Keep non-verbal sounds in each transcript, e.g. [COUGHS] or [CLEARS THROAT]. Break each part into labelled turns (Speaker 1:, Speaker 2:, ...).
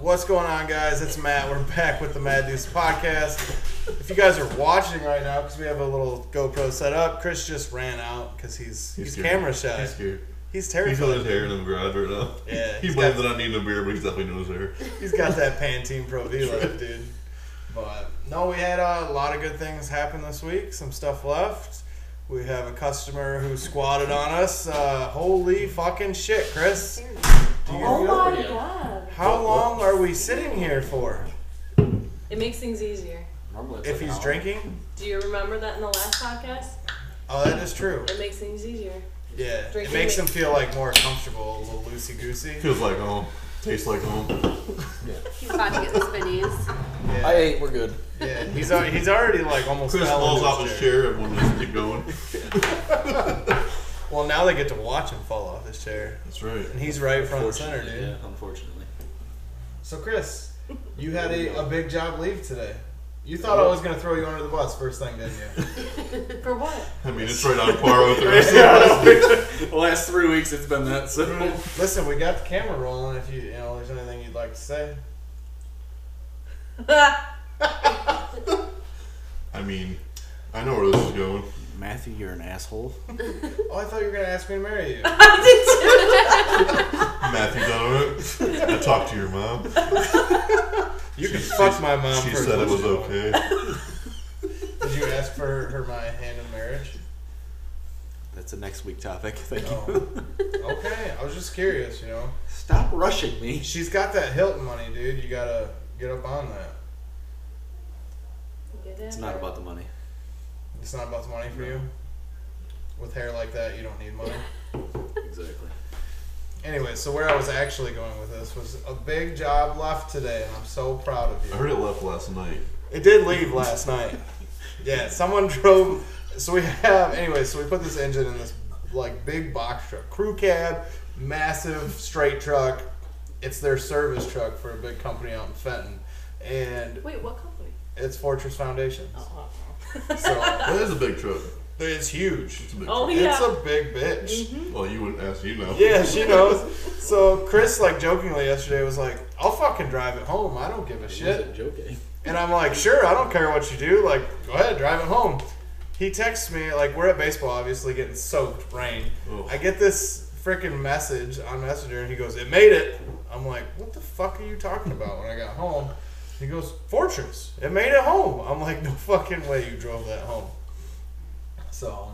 Speaker 1: What's going on, guys? It's Matt. We're back with the Mad Deuce podcast. If you guys are watching right now, because we have a little GoPro set up, Chris just ran out because he's he's,
Speaker 2: scared.
Speaker 1: camera shy.
Speaker 2: He's
Speaker 1: He's,
Speaker 2: scared. He's
Speaker 1: terrified.
Speaker 2: got his hair in the garage right now.
Speaker 1: [LAUGHS] Yeah,
Speaker 2: He
Speaker 1: he's
Speaker 2: blames
Speaker 1: got-
Speaker 2: it on needing a beer, but he's definitely no hair.
Speaker 1: He's got that Pantene Pro V light, dude. But no, we had uh, a lot of good things happen this week. Some stuff left. We have a customer who squatted on us. Uh, holy fucking shit, Chris! Do you-
Speaker 3: Oh my
Speaker 4: Yeah.
Speaker 3: god.
Speaker 1: how long are we sitting here for?
Speaker 3: It makes things easier.
Speaker 4: Normally it's
Speaker 1: If
Speaker 4: like an
Speaker 1: he's
Speaker 4: hour.
Speaker 1: drinking,
Speaker 3: Do you remember that in the last podcast?
Speaker 1: oh, that is true.
Speaker 3: It makes things easier.
Speaker 1: Yeah, it
Speaker 3: Drinking
Speaker 1: makes him
Speaker 3: makes-
Speaker 1: feel like more comfortable, a little loosey goosey.
Speaker 2: Feels like home. Tastes
Speaker 1: [LAUGHS]
Speaker 2: like home.
Speaker 5: He's about to get the spinnies.
Speaker 1: Yeah,
Speaker 4: I ate, we're good.
Speaker 1: yeah, [LAUGHS] he's al- he's already like almost
Speaker 2: Chris
Speaker 1: fell
Speaker 2: falls
Speaker 1: into
Speaker 2: off his chair and won't just keep going.
Speaker 1: Well, now they get to watch him fall off his chair,
Speaker 2: That's right.
Speaker 1: and he's right front and center, dude.
Speaker 4: Unfortunately, Yeah, unfortunately.
Speaker 1: So Chris, you had a, a big job leave today. You thought I was gonna throw you under the bus first thing, didn't
Speaker 2: [LAUGHS]
Speaker 1: you?
Speaker 3: For [LAUGHS] what?
Speaker 2: I mean, it's right on par with the rest
Speaker 1: [LAUGHS]
Speaker 2: of
Speaker 4: [LAUGHS] The last three weeks it's been that, so.
Speaker 1: Listen, we got the camera rolling. If you you know there's anything you'd like to say,
Speaker 2: I mean, I know where this is going.
Speaker 4: Matthew, you're an asshole.
Speaker 1: oh, I thought you were gonna ask me to
Speaker 2: [LAUGHS]
Speaker 1: marry you.
Speaker 2: Matthew's on it. I talked to your mom.
Speaker 1: You can
Speaker 2: She-
Speaker 1: fuck my mom.
Speaker 2: She
Speaker 1: for as
Speaker 2: said
Speaker 1: much
Speaker 2: it was
Speaker 1: as you want.
Speaker 2: okay.
Speaker 1: Did you ask for her, her my hand in marriage?
Speaker 2: [LAUGHS]
Speaker 4: That's a next week topic. [LAUGHS] Thank
Speaker 1: No.
Speaker 4: you.
Speaker 1: Okay, I was just curious. You know,
Speaker 4: Stop rushing me.
Speaker 1: she's got that Hilton money, dude. You gotta get up on that.
Speaker 3: Get
Speaker 4: It's
Speaker 3: after
Speaker 4: not
Speaker 3: it.
Speaker 4: about the money.
Speaker 1: It's not about the money for you. With hair like that, you don't need money.
Speaker 4: Exactly.
Speaker 1: Anyway, so where I was actually going with this was a big job left today, and I'm so proud of
Speaker 2: I
Speaker 1: you.
Speaker 2: heard it left last night.
Speaker 1: It did leave last night. Yeah, someone [LAUGHS] drove. So we have anyway. So we put this engine in this like big box truck, crew cab, massive straight truck. It's their service truck for a big company out in Fenton, and
Speaker 3: Wait, what company?
Speaker 1: it's Fortress Foundations.
Speaker 3: Oh,
Speaker 2: Uh-uh.
Speaker 1: So
Speaker 2: That is a big truck.
Speaker 1: it's huge.
Speaker 2: It's a big
Speaker 3: oh
Speaker 2: truck.
Speaker 3: yeah. Mm-hmm.
Speaker 1: It's a big bitch.
Speaker 2: Well, you wouldn't ask. You know.
Speaker 1: Yeah, she knows. So Chris, like jokingly yesterday, was like, "I'll fucking drive it home. I don't give a
Speaker 4: It
Speaker 1: shit."
Speaker 4: wasn't joking.
Speaker 1: And I'm like, "Sure, I don't care what you do. Like, go ahead, drive it home." He texts me like, "We're at baseball, obviously getting soaked, rain."
Speaker 2: Ugh.
Speaker 1: I get this freaking message on Messenger, and he goes, "It made it." I'm like, "What the fuck are you talking about?" When I got home, he goes, "Fortress, it made it home." I'm like, "No fucking way, you drove that home." So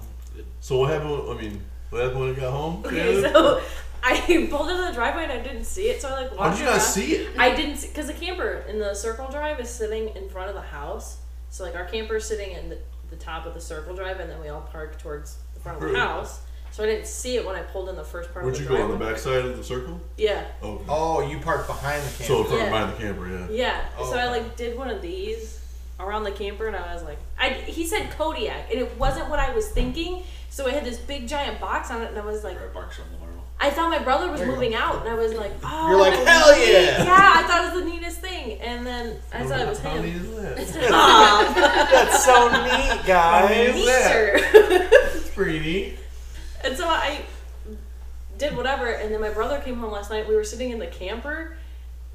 Speaker 2: So what happened? I mean, what happened when it got home?
Speaker 3: okay,
Speaker 2: Janet?
Speaker 3: so I [LAUGHS] pulled into the driveway and I didn't see it, so I like walked.
Speaker 2: How did you not
Speaker 3: around.
Speaker 2: see it?
Speaker 3: I didn't see because the camper in the circle drive is sitting in front of the house. So like our camper is sitting in the, the top of the circle drive, and then we all park towards the front of
Speaker 2: Right.
Speaker 3: the house. So I didn't see it when I pulled in the first part
Speaker 2: Where'd
Speaker 3: of
Speaker 2: you
Speaker 3: the
Speaker 2: go on the
Speaker 3: driveway.
Speaker 2: backside of the circle?
Speaker 3: Yeah,
Speaker 2: Oh,
Speaker 1: Oh, you parked behind the camera.
Speaker 2: so in front
Speaker 3: Yeah.
Speaker 2: of behind the camper, yeah.
Speaker 3: yeah.
Speaker 1: Oh.
Speaker 3: So I like did one of these around the camper, and I was like, I he said Kodiak, and it wasn't what I was thinking. So it had this big giant box on it, and I was like,
Speaker 4: Or I barked something tomorrow.
Speaker 3: I thought my brother was
Speaker 1: There you
Speaker 3: moving out, and I was like, oh,
Speaker 1: You're like,
Speaker 3: that's
Speaker 1: "Hell
Speaker 3: neat."
Speaker 1: yeah."
Speaker 3: yeah! I thought it was the neatest thing, and then I thought it was
Speaker 2: How
Speaker 3: [LAUGHS]
Speaker 2: neat
Speaker 3: him.
Speaker 2: is that?
Speaker 3: Aw,
Speaker 1: That's so [LAUGHS] neat, guys.
Speaker 3: neater. [LAUGHS]
Speaker 2: It's pretty neat.
Speaker 3: And so I did whatever, and then my brother came home last night. We were sitting in the camper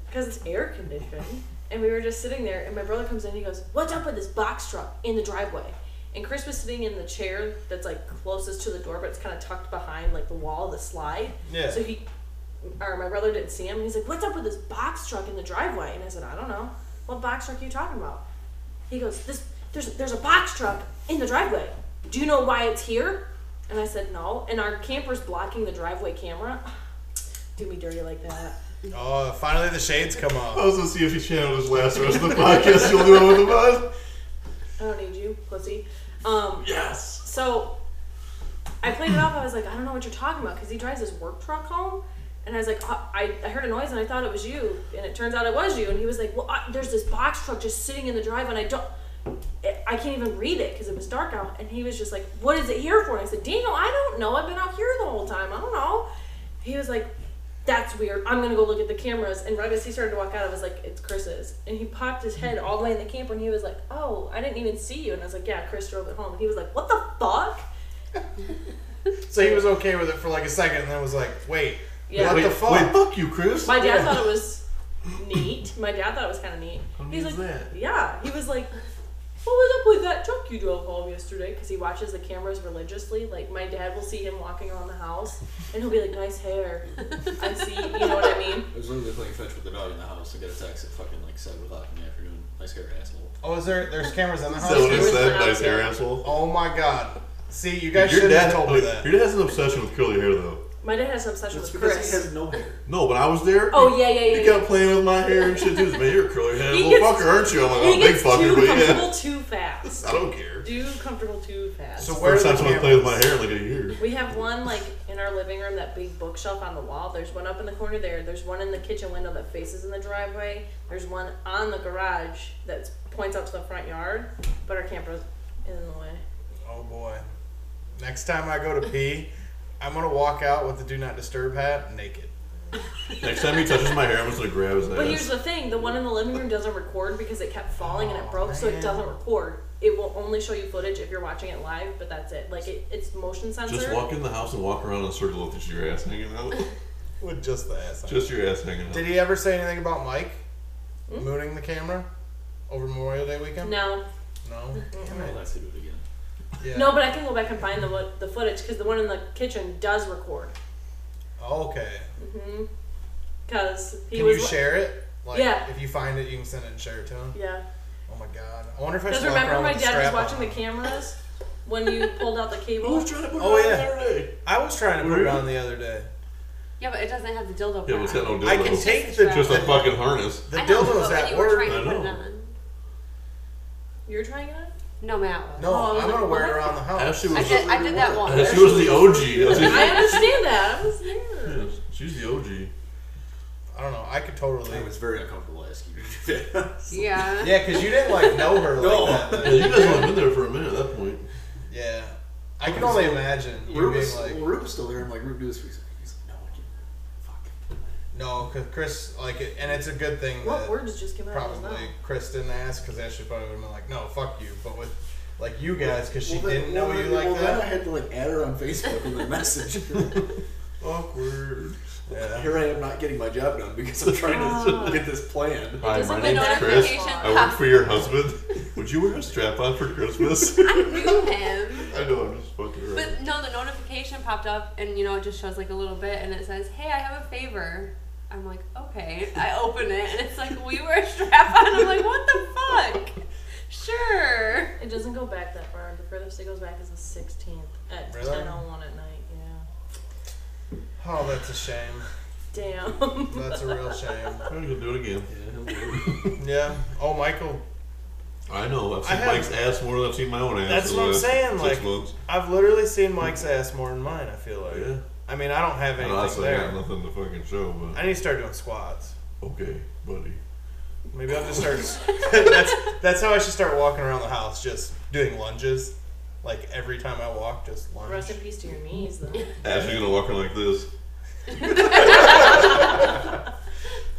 Speaker 3: because it's air conditioned, and we were just sitting there. And my brother comes in, and he goes, "What's up with this box truck in the driveway?" And Chris was sitting in the chair that's like closest to the door, but it's kind of tucked behind like the wall of the slide.
Speaker 1: Yeah.
Speaker 3: So he, or my brother didn't see him. and He's like, "What's up with this box truck in the driveway?" And I said, "I don't know. What box truck are you talking about?" He goes, "This there's there's a box truck in the driveway. Do you know why it's here?" And I said, "No." And our camper's blocking the driveway camera. [SIGHS] Do me dirty like that.
Speaker 1: Oh, finally the shades come
Speaker 2: I
Speaker 1: off.
Speaker 2: was gonna see if he channeled his last rest of the podcast. You'll do it with the bus.
Speaker 3: I don't need you, pussy. Um,
Speaker 2: Yes.
Speaker 3: so I played it off. I was like, I don't know what you're talking about because he drives his work truck home. And I was like, "Oh, I, I heard a noise and I thought it was you. And it turns out it was you. And he was like, Well, I, there's this box truck just sitting in the drive and I don't, I- I can't even read it because it was dark out. And he was just like, What is it here for? And I said, Daniel, I don't know. I've been out here the whole time. I don't know. He was like, That's weird. I'm going to go look at the cameras. And right as he started to walk out, I was like, It's Chris's. And he popped his head all the way in the camper and he was like, Oh, I didn't even see you. And I was like, Yeah, Chris drove it home. And he was like, What the fuck?
Speaker 1: So he was okay with it for like a second, and then was like, "Wait,
Speaker 3: Yeah.
Speaker 1: what
Speaker 2: wait,
Speaker 1: the fuck?"
Speaker 2: Wait, fuck you, Oh, Chris.
Speaker 3: My dad thought it was neat. my dad thought it was kind of neat.
Speaker 1: How
Speaker 3: He's
Speaker 1: neat is
Speaker 3: like,
Speaker 1: that?
Speaker 3: yeah. He was like, what was up with that truck you drove home yesterday? Because he watches the cameras religiously. Like my dad will see him walking around the house, and he'll be like, nice hair. I see. You know what I mean?
Speaker 4: I was literally playing fetch with the dog in the house and got a text at fucking like seven o'clock in the afternoon. Nice hair, asshole.
Speaker 1: Oh, is there? There's cameras in the house.
Speaker 2: So what
Speaker 1: too?
Speaker 2: is that?
Speaker 3: Yeah.
Speaker 2: Nice hair, asshole.
Speaker 1: Oh my god. See, you guys
Speaker 2: Your
Speaker 1: should have
Speaker 2: dad
Speaker 1: told me that.
Speaker 2: Your dad has an obsession with curly hair, though.
Speaker 3: My dad has an obsession
Speaker 4: That's
Speaker 3: with
Speaker 4: because
Speaker 3: Chris.
Speaker 4: he has no hair.
Speaker 2: No, when I was there,
Speaker 3: oh yeah, yeah, yeah.
Speaker 2: he
Speaker 3: yeah.
Speaker 2: kept playing with my hair and shit too. He's like, Man, you're a curly hair
Speaker 3: He
Speaker 2: little
Speaker 3: gets-
Speaker 2: fucker, aren't you? I'm like,
Speaker 3: He
Speaker 2: oh, big
Speaker 3: gets too
Speaker 2: fucker, but
Speaker 3: comfortable
Speaker 2: yeah.
Speaker 3: too fast.
Speaker 2: [LAUGHS] I don't care.
Speaker 3: Too comfortable too fast.
Speaker 1: So where
Speaker 2: First
Speaker 1: are
Speaker 2: time
Speaker 1: the
Speaker 2: someone played with
Speaker 1: cameras?
Speaker 2: my hair in like a year.
Speaker 3: We have one like in our living room, that big bookshelf on the wall. There's one up in the corner there. There's one in the kitchen window that faces in the driveway. There's one on the garage that points out to the front yard, but our camper's in the way.
Speaker 1: Oh boy. Next time I go to pee, I'm gonna walk out with the do not disturb hat naked.
Speaker 2: Next time he touches my hair, I'm just gonna grab his
Speaker 3: But here's
Speaker 2: ass.
Speaker 3: the thing: the one in the living room doesn't record because it kept falling and it
Speaker 1: Oh,
Speaker 3: broke, so it
Speaker 1: man.
Speaker 3: doesn't record. It will only show you footage if you're watching it live, but that's it. Like it, it's motion sensor.
Speaker 2: Just walk in the house and walk around in a circle with just your ass hanging out.
Speaker 1: With just the ass. on.
Speaker 2: Just your ass hanging out.
Speaker 1: Did he ever say anything about Mike mooning the camera over Memorial Day weekend?
Speaker 3: Hmm? No,
Speaker 1: No. Damn
Speaker 4: I'll
Speaker 1: it.
Speaker 4: have to do it Oh, again.
Speaker 1: Yeah.
Speaker 3: no, but I can go back and find the wo- the footage because the one in the kitchen does record.
Speaker 1: Oh, Okay.
Speaker 3: Because he
Speaker 1: Can
Speaker 3: was
Speaker 1: you
Speaker 3: li-
Speaker 1: share it? Like,
Speaker 3: Yeah.
Speaker 1: If you find it, you can send it and share it to him.
Speaker 3: Yeah.
Speaker 1: Oh my god. I wonder if I
Speaker 3: Because
Speaker 1: should walk
Speaker 3: remember
Speaker 1: around
Speaker 3: my
Speaker 1: with a
Speaker 3: dad was
Speaker 1: strap
Speaker 3: watching the
Speaker 1: on.
Speaker 3: cameras when
Speaker 1: [LAUGHS]
Speaker 3: you pulled out the
Speaker 2: I
Speaker 3: cable?
Speaker 2: was trying to put
Speaker 1: Oh,
Speaker 2: it on
Speaker 1: yeah.
Speaker 2: the other day.
Speaker 1: I was trying to put
Speaker 2: Were
Speaker 1: it
Speaker 2: you?
Speaker 1: on the other day.
Speaker 5: Yeah, but it doesn't have the
Speaker 2: Yeah,
Speaker 5: dildo. part
Speaker 2: but it's got no
Speaker 5: on.
Speaker 2: dildo.
Speaker 1: I can take
Speaker 5: Just
Speaker 1: the
Speaker 5: a
Speaker 2: Just a
Speaker 5: strap.
Speaker 2: fucking harness.
Speaker 1: the
Speaker 5: I know,
Speaker 1: dildos
Speaker 5: but when
Speaker 1: at
Speaker 5: you were
Speaker 1: work.
Speaker 5: trying to
Speaker 2: I
Speaker 5: put it
Speaker 2: know.
Speaker 5: on.
Speaker 3: You were trying
Speaker 1: [LAUGHS]
Speaker 3: it on?
Speaker 5: No, Matt was.
Speaker 1: No,
Speaker 3: Oh, I was
Speaker 1: I'm
Speaker 3: like,
Speaker 1: gonna wear it
Speaker 3: what?
Speaker 1: around the house.
Speaker 2: Ashley
Speaker 5: I
Speaker 2: was.
Speaker 5: did, I did that once.
Speaker 2: Ashley was the OG. That's [LAUGHS]
Speaker 3: I
Speaker 2: it.
Speaker 3: understand that. I was there.
Speaker 2: Yeah, She's the OG.
Speaker 1: I don't know. I could totally.
Speaker 4: I was very uncomfortable asking you to do that.
Speaker 1: [LAUGHS]
Speaker 5: Yeah.
Speaker 1: Yeah, because you didn't like know her
Speaker 4: No.
Speaker 1: like that.
Speaker 4: [LAUGHS]
Speaker 2: Yeah, you guys only been there for a minute at that point.
Speaker 1: Yeah, I can only imagine you
Speaker 4: Rube
Speaker 1: being
Speaker 4: was,
Speaker 1: like,
Speaker 4: well, Rube was still there. I'm like, Rube, do this for yourself. He's like, no, I can't. Fuck.
Speaker 1: no, because Chris like, it, and it's a good thing
Speaker 3: What
Speaker 1: that
Speaker 3: words just came out of his
Speaker 1: probably
Speaker 3: mouth?
Speaker 1: Chris didn't ask because that should probably would have been like, no, fuck you. But with like you guys, because she
Speaker 4: Well, then-
Speaker 1: didn't know
Speaker 4: well,
Speaker 1: you
Speaker 4: then-
Speaker 1: like
Speaker 4: well, then I
Speaker 1: that.
Speaker 4: had to like add her on Facebook and
Speaker 1: [LAUGHS]
Speaker 4: then message. her.
Speaker 1: Awkward. Yeah.
Speaker 4: Here I am not getting my job done because I'm trying to [LAUGHS] get this plan.
Speaker 2: Hi,
Speaker 5: Doesn't
Speaker 2: my
Speaker 5: the
Speaker 2: name's Chris.
Speaker 5: notification
Speaker 2: I
Speaker 5: [LAUGHS]
Speaker 2: work
Speaker 5: pop-
Speaker 2: for your husband. [LAUGHS] Would you wear a strap on for Christmas? [LAUGHS]
Speaker 5: I knew him.
Speaker 2: I know I'm just fucking around.
Speaker 5: But no, the notification popped up and you know it just shows like a little bit and it says, Hey, I have a favor. I'm like, okay. I open it and it's like we were strap on. I'm like, what the fuck? Sure.
Speaker 3: It doesn't go back that far. The furthest it goes back is the 16th at
Speaker 1: Really?
Speaker 3: 10:01 at night. Yeah.
Speaker 1: Oh, that's a shame.
Speaker 3: Damn. [LAUGHS]
Speaker 1: That's a
Speaker 2: [LAUGHS]
Speaker 1: real shame.
Speaker 2: I'm gonna do it again.
Speaker 1: Yeah. Oh, Michael.
Speaker 2: I know. I've
Speaker 1: I
Speaker 2: seen
Speaker 1: have-
Speaker 2: Mike's ass more than I've seen my own ass.
Speaker 1: That's
Speaker 2: in
Speaker 1: what
Speaker 2: the
Speaker 1: I'm
Speaker 2: last
Speaker 1: saying,
Speaker 2: Six
Speaker 1: like-
Speaker 2: months.
Speaker 1: I've literally seen Mike's ass more than mine. I feel like.
Speaker 2: Yeah.
Speaker 1: I mean, I don't have
Speaker 2: And
Speaker 1: anything
Speaker 2: honestly, I
Speaker 1: there.
Speaker 2: got nothing to fucking show, but
Speaker 1: I need to start doing squats.
Speaker 2: okay, buddy.
Speaker 1: Maybe I'll just start.
Speaker 2: [LAUGHS]
Speaker 1: [LAUGHS] that's that's how I should start walking around the house, just doing lunges. Like every time I walk, just lunge.
Speaker 3: Rest in peace to your knees, though.
Speaker 2: Ashley's gonna walk around like this.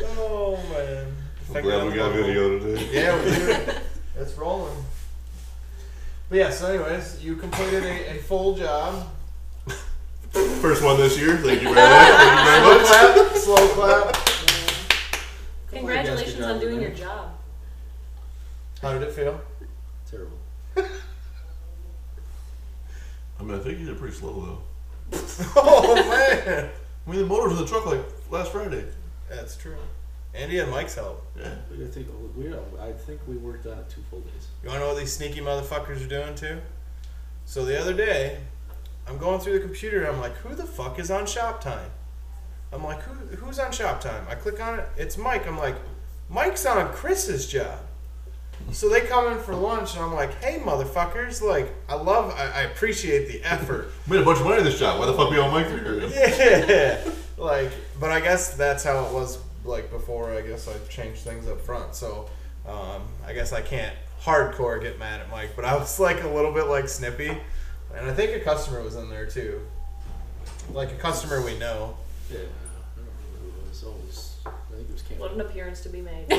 Speaker 1: Oh man!
Speaker 2: I'm glad we got video today.
Speaker 1: Yeah, we
Speaker 2: [LAUGHS]
Speaker 1: do. it's rolling. But yeah. So, anyways, you completed a, a full job.
Speaker 2: First one this year. Thank you very
Speaker 3: [LAUGHS]
Speaker 2: much. Thank you very
Speaker 1: Slow
Speaker 2: much.
Speaker 1: clap. Slow clap.
Speaker 3: Congratulations on
Speaker 4: job,
Speaker 3: doing
Speaker 4: man.
Speaker 3: your job.
Speaker 1: How did it feel?
Speaker 4: Terrible.
Speaker 2: I mean, I think you did pretty slow though.
Speaker 1: [LAUGHS] Oh man!
Speaker 2: I mean, the motor was in the truck like last Friday.
Speaker 1: That's true. Andy and Mike's help.
Speaker 2: Yeah.
Speaker 4: I think oh, we, I think we worked on it two full days.
Speaker 1: You wanna know what these sneaky motherfuckers are doing too? So the other day, I'm going through the computer and I'm like, who the fuck is on shop time? I'm like, who, who's on shop time? I click on it, it's Mike. I'm like, Mike's on Chris's job. So they come in for lunch and I'm like, hey motherfuckers, like, I love, I, I appreciate the effort.
Speaker 2: Made a bunch of money this shot. Why the fuck we on Mike Three?
Speaker 1: yeah. Like, but I guess that's how it was like before. I guess I changed things up front. So, um, I guess I can't hardcore get mad at Mike, but I was like a little bit like snippy, and I think a customer was in there too, like a customer we know.
Speaker 4: Yeah. I don't remember who it was. Oh, it was- I think it was
Speaker 3: What an
Speaker 4: Cameron.
Speaker 3: appearance to be made.
Speaker 1: Yeah,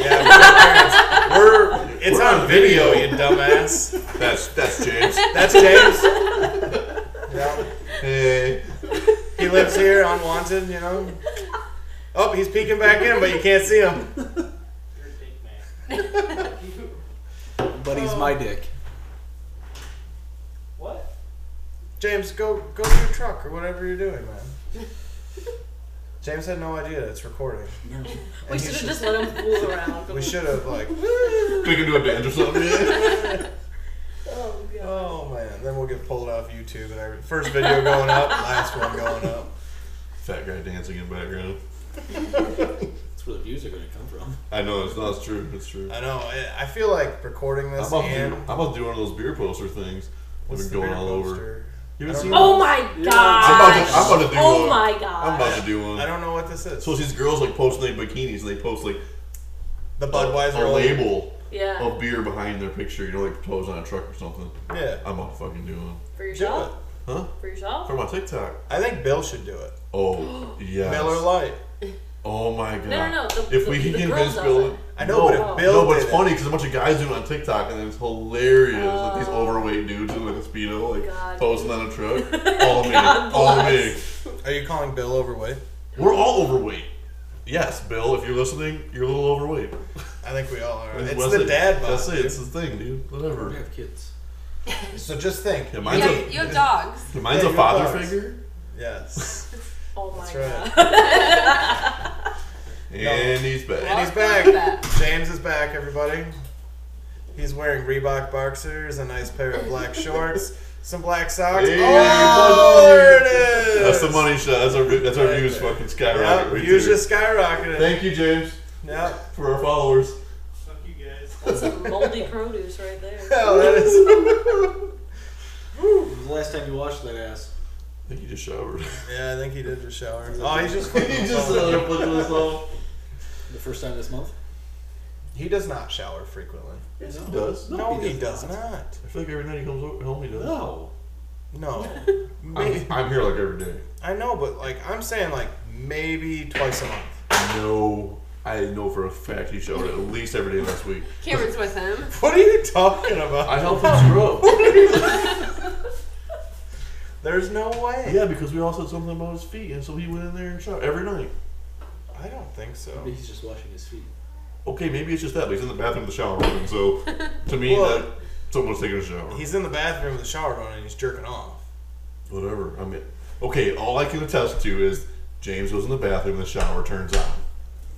Speaker 1: we're, parents. we're it's
Speaker 2: We're
Speaker 1: on
Speaker 2: on
Speaker 1: video,
Speaker 2: video.
Speaker 1: you dumbass.
Speaker 2: That's that's [LAUGHS] James.
Speaker 1: That's James. yeah,
Speaker 2: hey.
Speaker 1: he lives here, unwanted. You know. Oh, he's peeking back in, but you can't see him.
Speaker 6: [LAUGHS]
Speaker 7: But he's my dick.
Speaker 6: What?
Speaker 1: James, go go to your truck or whatever you're doing, man. James had no idea it's recording.
Speaker 4: No.
Speaker 1: And he
Speaker 3: We should have
Speaker 1: should-
Speaker 3: just let him fool around.
Speaker 1: We should have like.
Speaker 2: Click into a band or something. Yeah.
Speaker 3: Oh, God.
Speaker 1: Oh man, then we'll get pulled off YouTube and every first video going up, [LAUGHS] last one going up.
Speaker 2: Fat guy dancing in background.
Speaker 4: That's where the views are going to come from. [LAUGHS]
Speaker 2: I know it's not it's true. It's true.
Speaker 1: I know. I- I feel like recording
Speaker 2: I'm
Speaker 1: this
Speaker 2: about, to do,
Speaker 1: and
Speaker 2: I'm about to do one of those beer poster things. I've
Speaker 1: What's
Speaker 2: been
Speaker 1: the
Speaker 2: going
Speaker 1: beer
Speaker 2: all over.
Speaker 1: poster?
Speaker 2: You
Speaker 1: I
Speaker 2: haven't
Speaker 1: don't
Speaker 2: seen
Speaker 1: know.
Speaker 3: Oh my gosh.
Speaker 2: I'm about to- I'm about to do
Speaker 3: Oh
Speaker 2: a-
Speaker 3: my
Speaker 2: I'm
Speaker 3: gosh.
Speaker 2: about to do
Speaker 1: I
Speaker 2: one.
Speaker 1: don't know what this is.
Speaker 2: So these girls like post their bikinis and they post like
Speaker 1: the
Speaker 2: a-
Speaker 1: Budweiser
Speaker 2: uh, a
Speaker 1: old-
Speaker 2: label
Speaker 3: Yeah.
Speaker 1: Oh.
Speaker 2: of beer behind their picture. You know, like posed on a truck or something.
Speaker 1: Yeah.
Speaker 2: I'm about to fucking do one.
Speaker 3: For
Speaker 1: Do
Speaker 3: yourself?
Speaker 1: it.
Speaker 2: Huh?
Speaker 3: For yourself?
Speaker 2: For my TikTok.
Speaker 1: I think Bill should do it. [GASPS]
Speaker 2: Oh yeah.
Speaker 1: Miller Lite.
Speaker 2: Oh my god.
Speaker 3: No, no, no. The,
Speaker 2: If
Speaker 3: the,
Speaker 2: we
Speaker 3: the
Speaker 2: can
Speaker 3: girl
Speaker 2: convince
Speaker 3: does
Speaker 2: Bill,
Speaker 3: it.
Speaker 1: I know,
Speaker 2: no,
Speaker 1: but if Bill
Speaker 2: no, but it's
Speaker 1: did it-
Speaker 2: funny because a bunch of guys do it on TikTok, and it's hilarious. like these
Speaker 3: Oh.
Speaker 2: overweight dudes in like a speedo, like
Speaker 3: God.
Speaker 2: posing on a
Speaker 3: [LAUGHS]
Speaker 2: truck, all me,
Speaker 3: God
Speaker 2: all
Speaker 3: bless.
Speaker 2: me.
Speaker 1: Are you calling Bill overweight?
Speaker 2: We're all overweight. Yes, Bill, if you're listening, you're a little overweight.
Speaker 1: I think we all are.
Speaker 2: That's
Speaker 1: It's
Speaker 2: what I
Speaker 1: the
Speaker 2: say.
Speaker 1: dad bod.
Speaker 2: That's it. It's the thing, dude.
Speaker 4: We
Speaker 2: Whatever.
Speaker 4: have kids.
Speaker 1: So just think.
Speaker 2: Yeah,
Speaker 5: You
Speaker 2: mine's
Speaker 5: have, you have dogs.
Speaker 2: a mine's
Speaker 1: Yeah,
Speaker 2: a
Speaker 1: you
Speaker 2: father
Speaker 1: have dogs.
Speaker 2: figure. [LAUGHS]
Speaker 1: Yes.
Speaker 3: Oh my
Speaker 1: That's
Speaker 3: god.
Speaker 2: And he's
Speaker 1: And
Speaker 2: bad.
Speaker 1: he's
Speaker 5: Welcome back.
Speaker 1: back. James is back, everybody. He's wearing Reebok boxers, a nice pair of black shorts, some black socks.
Speaker 2: Hey,
Speaker 1: oh,
Speaker 2: buddy.
Speaker 1: there it is.
Speaker 2: That's the money shot. That's our that's our
Speaker 1: Right
Speaker 2: views
Speaker 1: there.
Speaker 2: fucking skyrocket.
Speaker 1: Yep,
Speaker 2: right
Speaker 1: views
Speaker 2: there.
Speaker 1: just skyrocketed.
Speaker 2: Thank you, James,
Speaker 1: Yep.
Speaker 2: for our followers.
Speaker 6: Fuck you guys.
Speaker 1: [LAUGHS]
Speaker 3: That's some moldy produce right there.
Speaker 1: Hell, that
Speaker 2: [LAUGHS]
Speaker 1: is.
Speaker 4: When was the last time you washed that ass?
Speaker 2: I think [LAUGHS] you
Speaker 1: [LAUGHS]
Speaker 2: just showered.
Speaker 1: Yeah, I think he did just shower. Oh, he's just.
Speaker 2: [LAUGHS] he just uh, put it all.
Speaker 4: The first time this month?
Speaker 1: He does not shower frequently.
Speaker 2: Yes, he does.
Speaker 1: No, he, does not.
Speaker 2: I feel like every night he comes over, home, he does.
Speaker 4: No.
Speaker 2: [LAUGHS]
Speaker 1: No. May-
Speaker 2: I'm, I'm here like every day.
Speaker 1: I know, but like I'm saying, like maybe twice a month. [LAUGHS]
Speaker 2: No, I know for a fact he showered at least every day last week.
Speaker 5: Cameron's with him.
Speaker 1: What are you talking about?
Speaker 2: I helped him grow.
Speaker 1: There's no way.
Speaker 2: yeah, because we all said something about his feet, and so he went in there and showered every night.
Speaker 1: I don't think so.
Speaker 4: Maybe he's just washing his feet.
Speaker 2: Okay, maybe it's just that, but he's in the bathroom of the shower room, and so to me,
Speaker 1: Well-
Speaker 2: that someone's taking a shower.
Speaker 1: He's in the bathroom with the shower on and he's jerking off.
Speaker 2: Whatever. I mean, okay, all I can attest to is James goes in the bathroom, the shower turns on.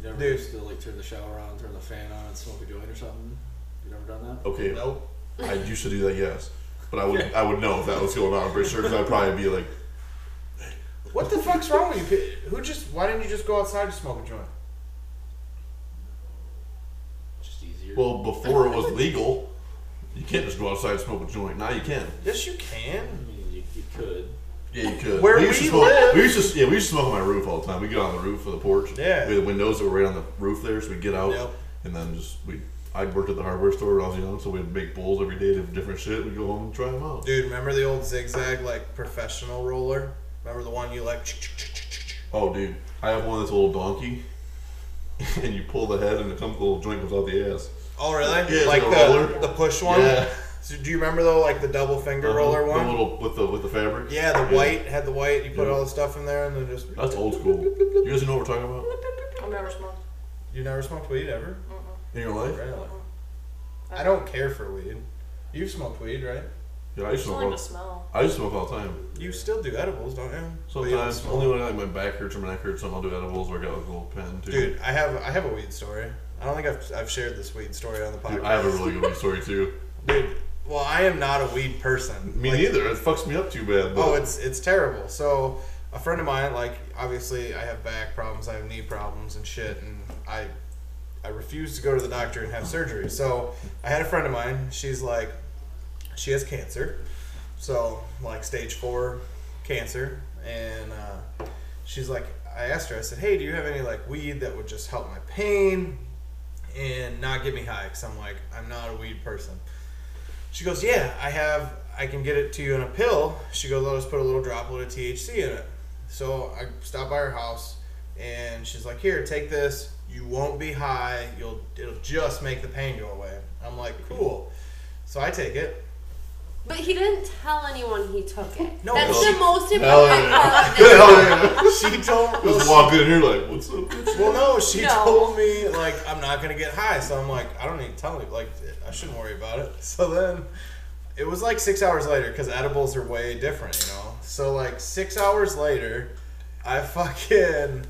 Speaker 4: You never
Speaker 1: Dude.
Speaker 4: used to like turn the shower on, turn the fan on, and smoke a joint or something? You never done that?
Speaker 2: Okay,
Speaker 1: Nope.
Speaker 2: I used to do that, yes. But I would
Speaker 1: [LAUGHS]
Speaker 2: I would know if that was going on. I'm pretty sure because I'd probably be like,
Speaker 1: What the fuck's wrong with you? Pe- Who just? Why didn't you just go outside to smoke a joint?
Speaker 4: Just easier.
Speaker 2: well, before it was legal, you can't just go outside and smoke a joint. Now you can.
Speaker 1: Yes, you
Speaker 4: I
Speaker 1: can.
Speaker 4: mean, you, you could.
Speaker 2: Yeah, you could.
Speaker 1: Where
Speaker 2: used to
Speaker 1: we
Speaker 2: smoke,
Speaker 1: live.
Speaker 2: we used to yeah, we used to smoke on my roof all the time. We get on the roof of the porch.
Speaker 1: Yeah.
Speaker 2: we had windows that were right on the roof there, so we would get out
Speaker 1: Yep.
Speaker 2: and then just we. I worked at the hardware store when I was young, so we'd make bowls every day of different shit. We'd go home and try them out.
Speaker 1: Dude, remember the old zigzag like professional roller? Remember the one you like?
Speaker 2: Oh, dude, I have one that's a little donkey, [LAUGHS] and you pull the head, and it comes the little joint comes out the ass.
Speaker 1: Oh, really?
Speaker 2: Yeah,
Speaker 1: like
Speaker 2: the
Speaker 1: the,
Speaker 2: roller.
Speaker 1: the push one.
Speaker 2: Yeah.
Speaker 1: So do you remember though, like the double finger
Speaker 2: Uh-huh.
Speaker 1: roller
Speaker 2: The
Speaker 1: one?
Speaker 2: little with the with the fabric.
Speaker 1: yeah, the white had the white. You put
Speaker 2: Yeah.
Speaker 1: all the stuff in there and then just.
Speaker 2: That's old school. You guys know what we're talking about
Speaker 3: I've never smoked.
Speaker 1: You never smoked weed ever?
Speaker 2: in your life?
Speaker 1: Really? I don't care for weed. You've smoked weed, right?
Speaker 2: Yeah, I used
Speaker 3: It's
Speaker 2: to
Speaker 3: only
Speaker 2: smoke.
Speaker 3: the smell.
Speaker 2: all- I used to smoke all the time.
Speaker 1: You still do edibles, don't you? But you don't
Speaker 2: Sometimes
Speaker 1: smoke.
Speaker 2: only when like my back hurts or my neck hurts, something I'll do edibles or I got like a little pen too.
Speaker 1: Dude, I have I have a weed story. I don't think I've, I've shared this weed story on the podcast.
Speaker 2: Dude, I have a really good weed story too.
Speaker 1: Dude, well, I am not a weed person.
Speaker 2: Me
Speaker 1: Like,
Speaker 2: neither. It fucks me up too bad. But
Speaker 1: Oh,
Speaker 2: [LAUGHS]
Speaker 1: it's it's terrible. So a friend of mine, like obviously I have back problems, I have knee problems and shit, and I I refuse to go to the doctor and have surgery. So I had a friend of mine. She's like, she has cancer, so like stage four cancer, and uh, she's like, I asked her, I said, hey, do you have any like weed that would just help my pain and not get me high? Because I'm like, I'm not a weed person. She goes, Yeah, I have, I can get it to you in a pill. She goes, I'll just put a little droplet of THC in it. So I stop by her house and she's like, Here, take this. You won't be high. You'll, it'll just make the pain go away. I'm like, Cool. So I take it
Speaker 5: But he didn't tell anyone he took it.
Speaker 1: No,
Speaker 5: That's
Speaker 2: no.
Speaker 5: the most
Speaker 2: Hell
Speaker 5: important part
Speaker 2: yeah.
Speaker 5: of this.
Speaker 2: Hell
Speaker 1: [LAUGHS]
Speaker 2: yeah.
Speaker 1: she told
Speaker 2: Just walk in here like, what's up? bitch?"
Speaker 1: Well, no, she
Speaker 5: No.
Speaker 1: told me like I'm not gonna get high, so I'm like I don't need to tell me like I shouldn't worry about it. [LAUGHS] So then it was like six hours later because edibles are way different, you know. So like six hours later, I fucking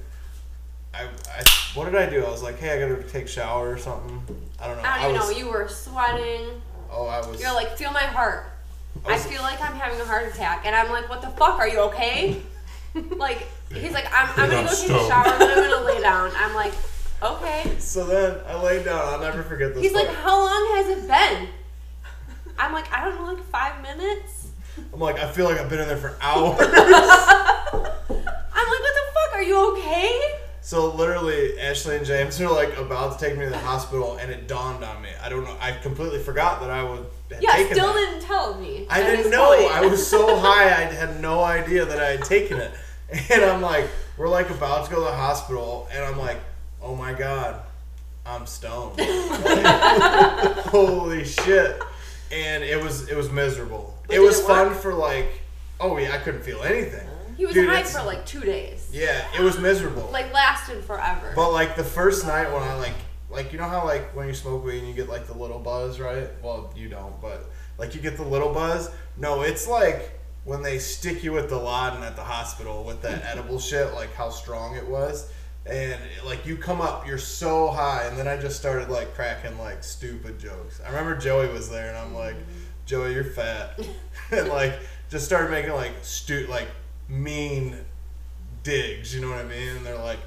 Speaker 1: I, I what did I do? I was like, hey, I gotta take a shower or something. I don't know.
Speaker 5: I don't even
Speaker 1: was,
Speaker 5: know. You were sweating.
Speaker 1: oh, I was.
Speaker 5: You're like, feel my heart.
Speaker 1: I
Speaker 5: I
Speaker 1: was-
Speaker 5: feel like I'm having a heart attack. And I'm like, what the fuck? Are you okay? like, he's like, I'm, I'm
Speaker 2: You're
Speaker 5: going
Speaker 2: not
Speaker 5: to go take a
Speaker 2: stoned.
Speaker 5: shower, but I'm going to lay down. I'm like, okay.
Speaker 1: so then I laid down. I'll never forget this.
Speaker 5: He's like,
Speaker 1: part.
Speaker 5: how long has it been? I'm like, I don't know, like five minutes?
Speaker 1: I'm like, I feel like I've been in there for [LAUGHS] hours.
Speaker 5: I'm like, what the fuck? Are you okay?
Speaker 1: So literally, Ashley and James are like about to take me to the hospital, and it dawned on me. I don't know. I completely forgot that I would. Had
Speaker 5: Yeah,
Speaker 1: taken
Speaker 5: still
Speaker 1: that.
Speaker 5: didn't tell me.
Speaker 1: I
Speaker 5: at
Speaker 1: didn't
Speaker 5: this
Speaker 1: know.
Speaker 5: point.
Speaker 1: I was
Speaker 5: [LAUGHS]
Speaker 1: so high, I had no idea that I had taken it. And I'm like, we're like about to go to the hospital, and I'm like, oh my god, I'm stoned.
Speaker 5: [LAUGHS]
Speaker 1: [LAUGHS] Like, holy shit! And it was it was miserable. it
Speaker 3: did
Speaker 1: was
Speaker 3: it
Speaker 1: fun for like, oh yeah, I couldn't feel anything.
Speaker 5: He was
Speaker 1: Dude,
Speaker 5: high
Speaker 1: it's-
Speaker 5: for like two days.
Speaker 1: Yeah, it was miserable.
Speaker 5: Like, lasted forever.
Speaker 1: But like the first night when I like like you know how like when you smoke weed and you get like the little buzz, right? Well, you don't, but like you get the little buzz. No, it's like when they stick you with the laden at the hospital with that edible shit, like how strong it was. And like you come up, you're so high, and then I just started like cracking like stupid jokes. I remember Joey was there, and I'm like, Joey, you're fat, [LAUGHS] and like just started making like stu like mean digs. You know what I mean? And they're like,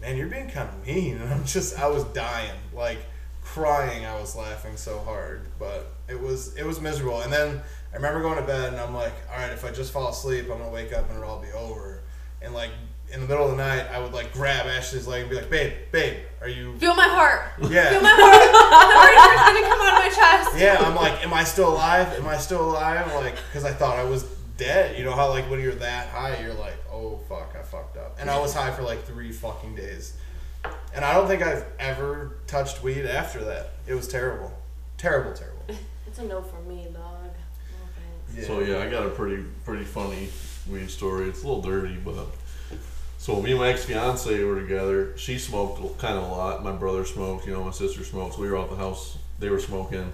Speaker 1: man, you're being kind of mean. [LAUGHS] And I'm just, I was dying, like crying. I was laughing so hard, but it was, it was miserable. And then I remember going to bed and I'm like, all right, if I just fall asleep, I'm gonna wake up and it'll all be over. And like in the middle of the night, I would like grab Ashley's leg and be like, babe, babe, are
Speaker 5: [LAUGHS]
Speaker 1: you?
Speaker 5: Feel my heart. Feel my
Speaker 1: Yeah,
Speaker 5: heart. the heart is gonna come out of my chest.
Speaker 1: yeah. I'm like, am I still alive? Am I still alive? Like, because I thought I was dead. You know how like when you're that high, you're like, oh fuck, I fucked up. And I was high for like three fucking days. And I don't think I've ever touched weed after that. It was terrible. Terrible, terrible.
Speaker 3: It's a no for me, dog. No thanks.
Speaker 2: So yeah, I got a pretty pretty funny weed story. It's a little dirty, but so me and my ex fiance were together. She smoked kind of a lot. My brother smoked. You know, my sister smoked. So we were out the house. They were smoking,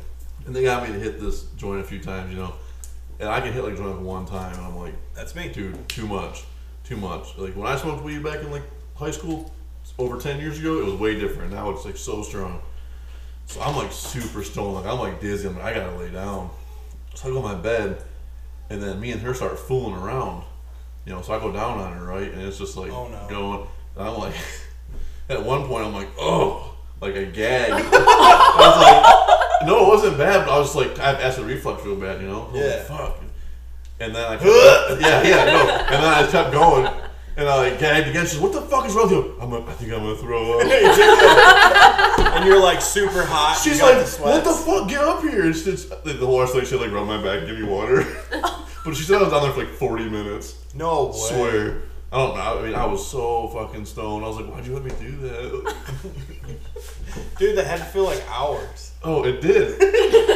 Speaker 2: and they got me to hit this joint a few times. You know, and I can hit like a joint one time, and I'm like,
Speaker 1: That's me.
Speaker 2: dude, too much, too much. Like when I smoked weed back in like high school, over ten years ago, it was way different. Now it's like so strong. So I'm like super stoned, like I'm like dizzy. I'm like I gotta lay down. So I go to my bed, and then me and her start fooling around. You know, so I go down on her, right? And it's just like
Speaker 1: Oh, no.
Speaker 2: going. And I'm like, [LAUGHS] at one point, I'm like, oh, like I gag. I was like, no, it wasn't bad, but I was just like, I have acid reflux real bad, you know? I was like,
Speaker 1: Yeah.
Speaker 2: fuck. And then
Speaker 1: [LAUGHS]
Speaker 2: I kept, yeah, yeah, no. And then I kept going. And I like gagged again. She's what the fuck is wrong with you? I'm like, I think I'm gonna throw
Speaker 1: [LAUGHS]
Speaker 2: up. [LAUGHS]
Speaker 1: And you're like super hot. you
Speaker 2: She's
Speaker 1: got
Speaker 2: like,
Speaker 1: the
Speaker 2: what
Speaker 1: sweats.
Speaker 2: the fuck? Get up here! And she's, the whole like she like rub my back, give me water. [LAUGHS] but she said I was down there for like 40 minutes.
Speaker 1: No way.
Speaker 2: Swear. I don't know. I mean, I was so fucking stoned. I was like, why'd you let me do that? [LAUGHS]
Speaker 1: Dude, that had to feel like hours.
Speaker 2: Oh, it did.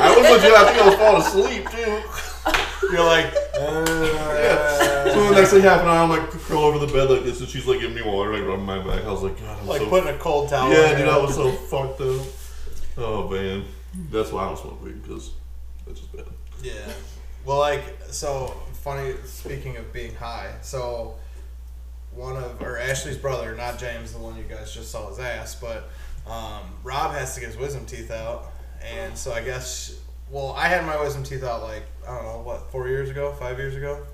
Speaker 2: I was legit. I think I was falling asleep too. [LAUGHS]
Speaker 1: You're like, [LAUGHS] uh,
Speaker 2: So the next thing happened, I'm like curl over the bed like this, and she's like giving me water, like rubbing my back. I was like, God, I'm
Speaker 1: like
Speaker 2: so
Speaker 1: putting a cold towel
Speaker 2: [LAUGHS]
Speaker 1: in
Speaker 2: yeah, dude,
Speaker 1: your-
Speaker 2: I was so fucked up. Oh man, that's why I don't smoke weed because that's just bad.
Speaker 1: Yeah. Well, like, so funny. Speaking of being high, so one of or Ashley's brother, not James, the one you guys just saw his ass, but um, Rob has to get his wisdom teeth out, and so I guess. Well, I had my wisdom teeth out like I don't know what four years ago, five years ago.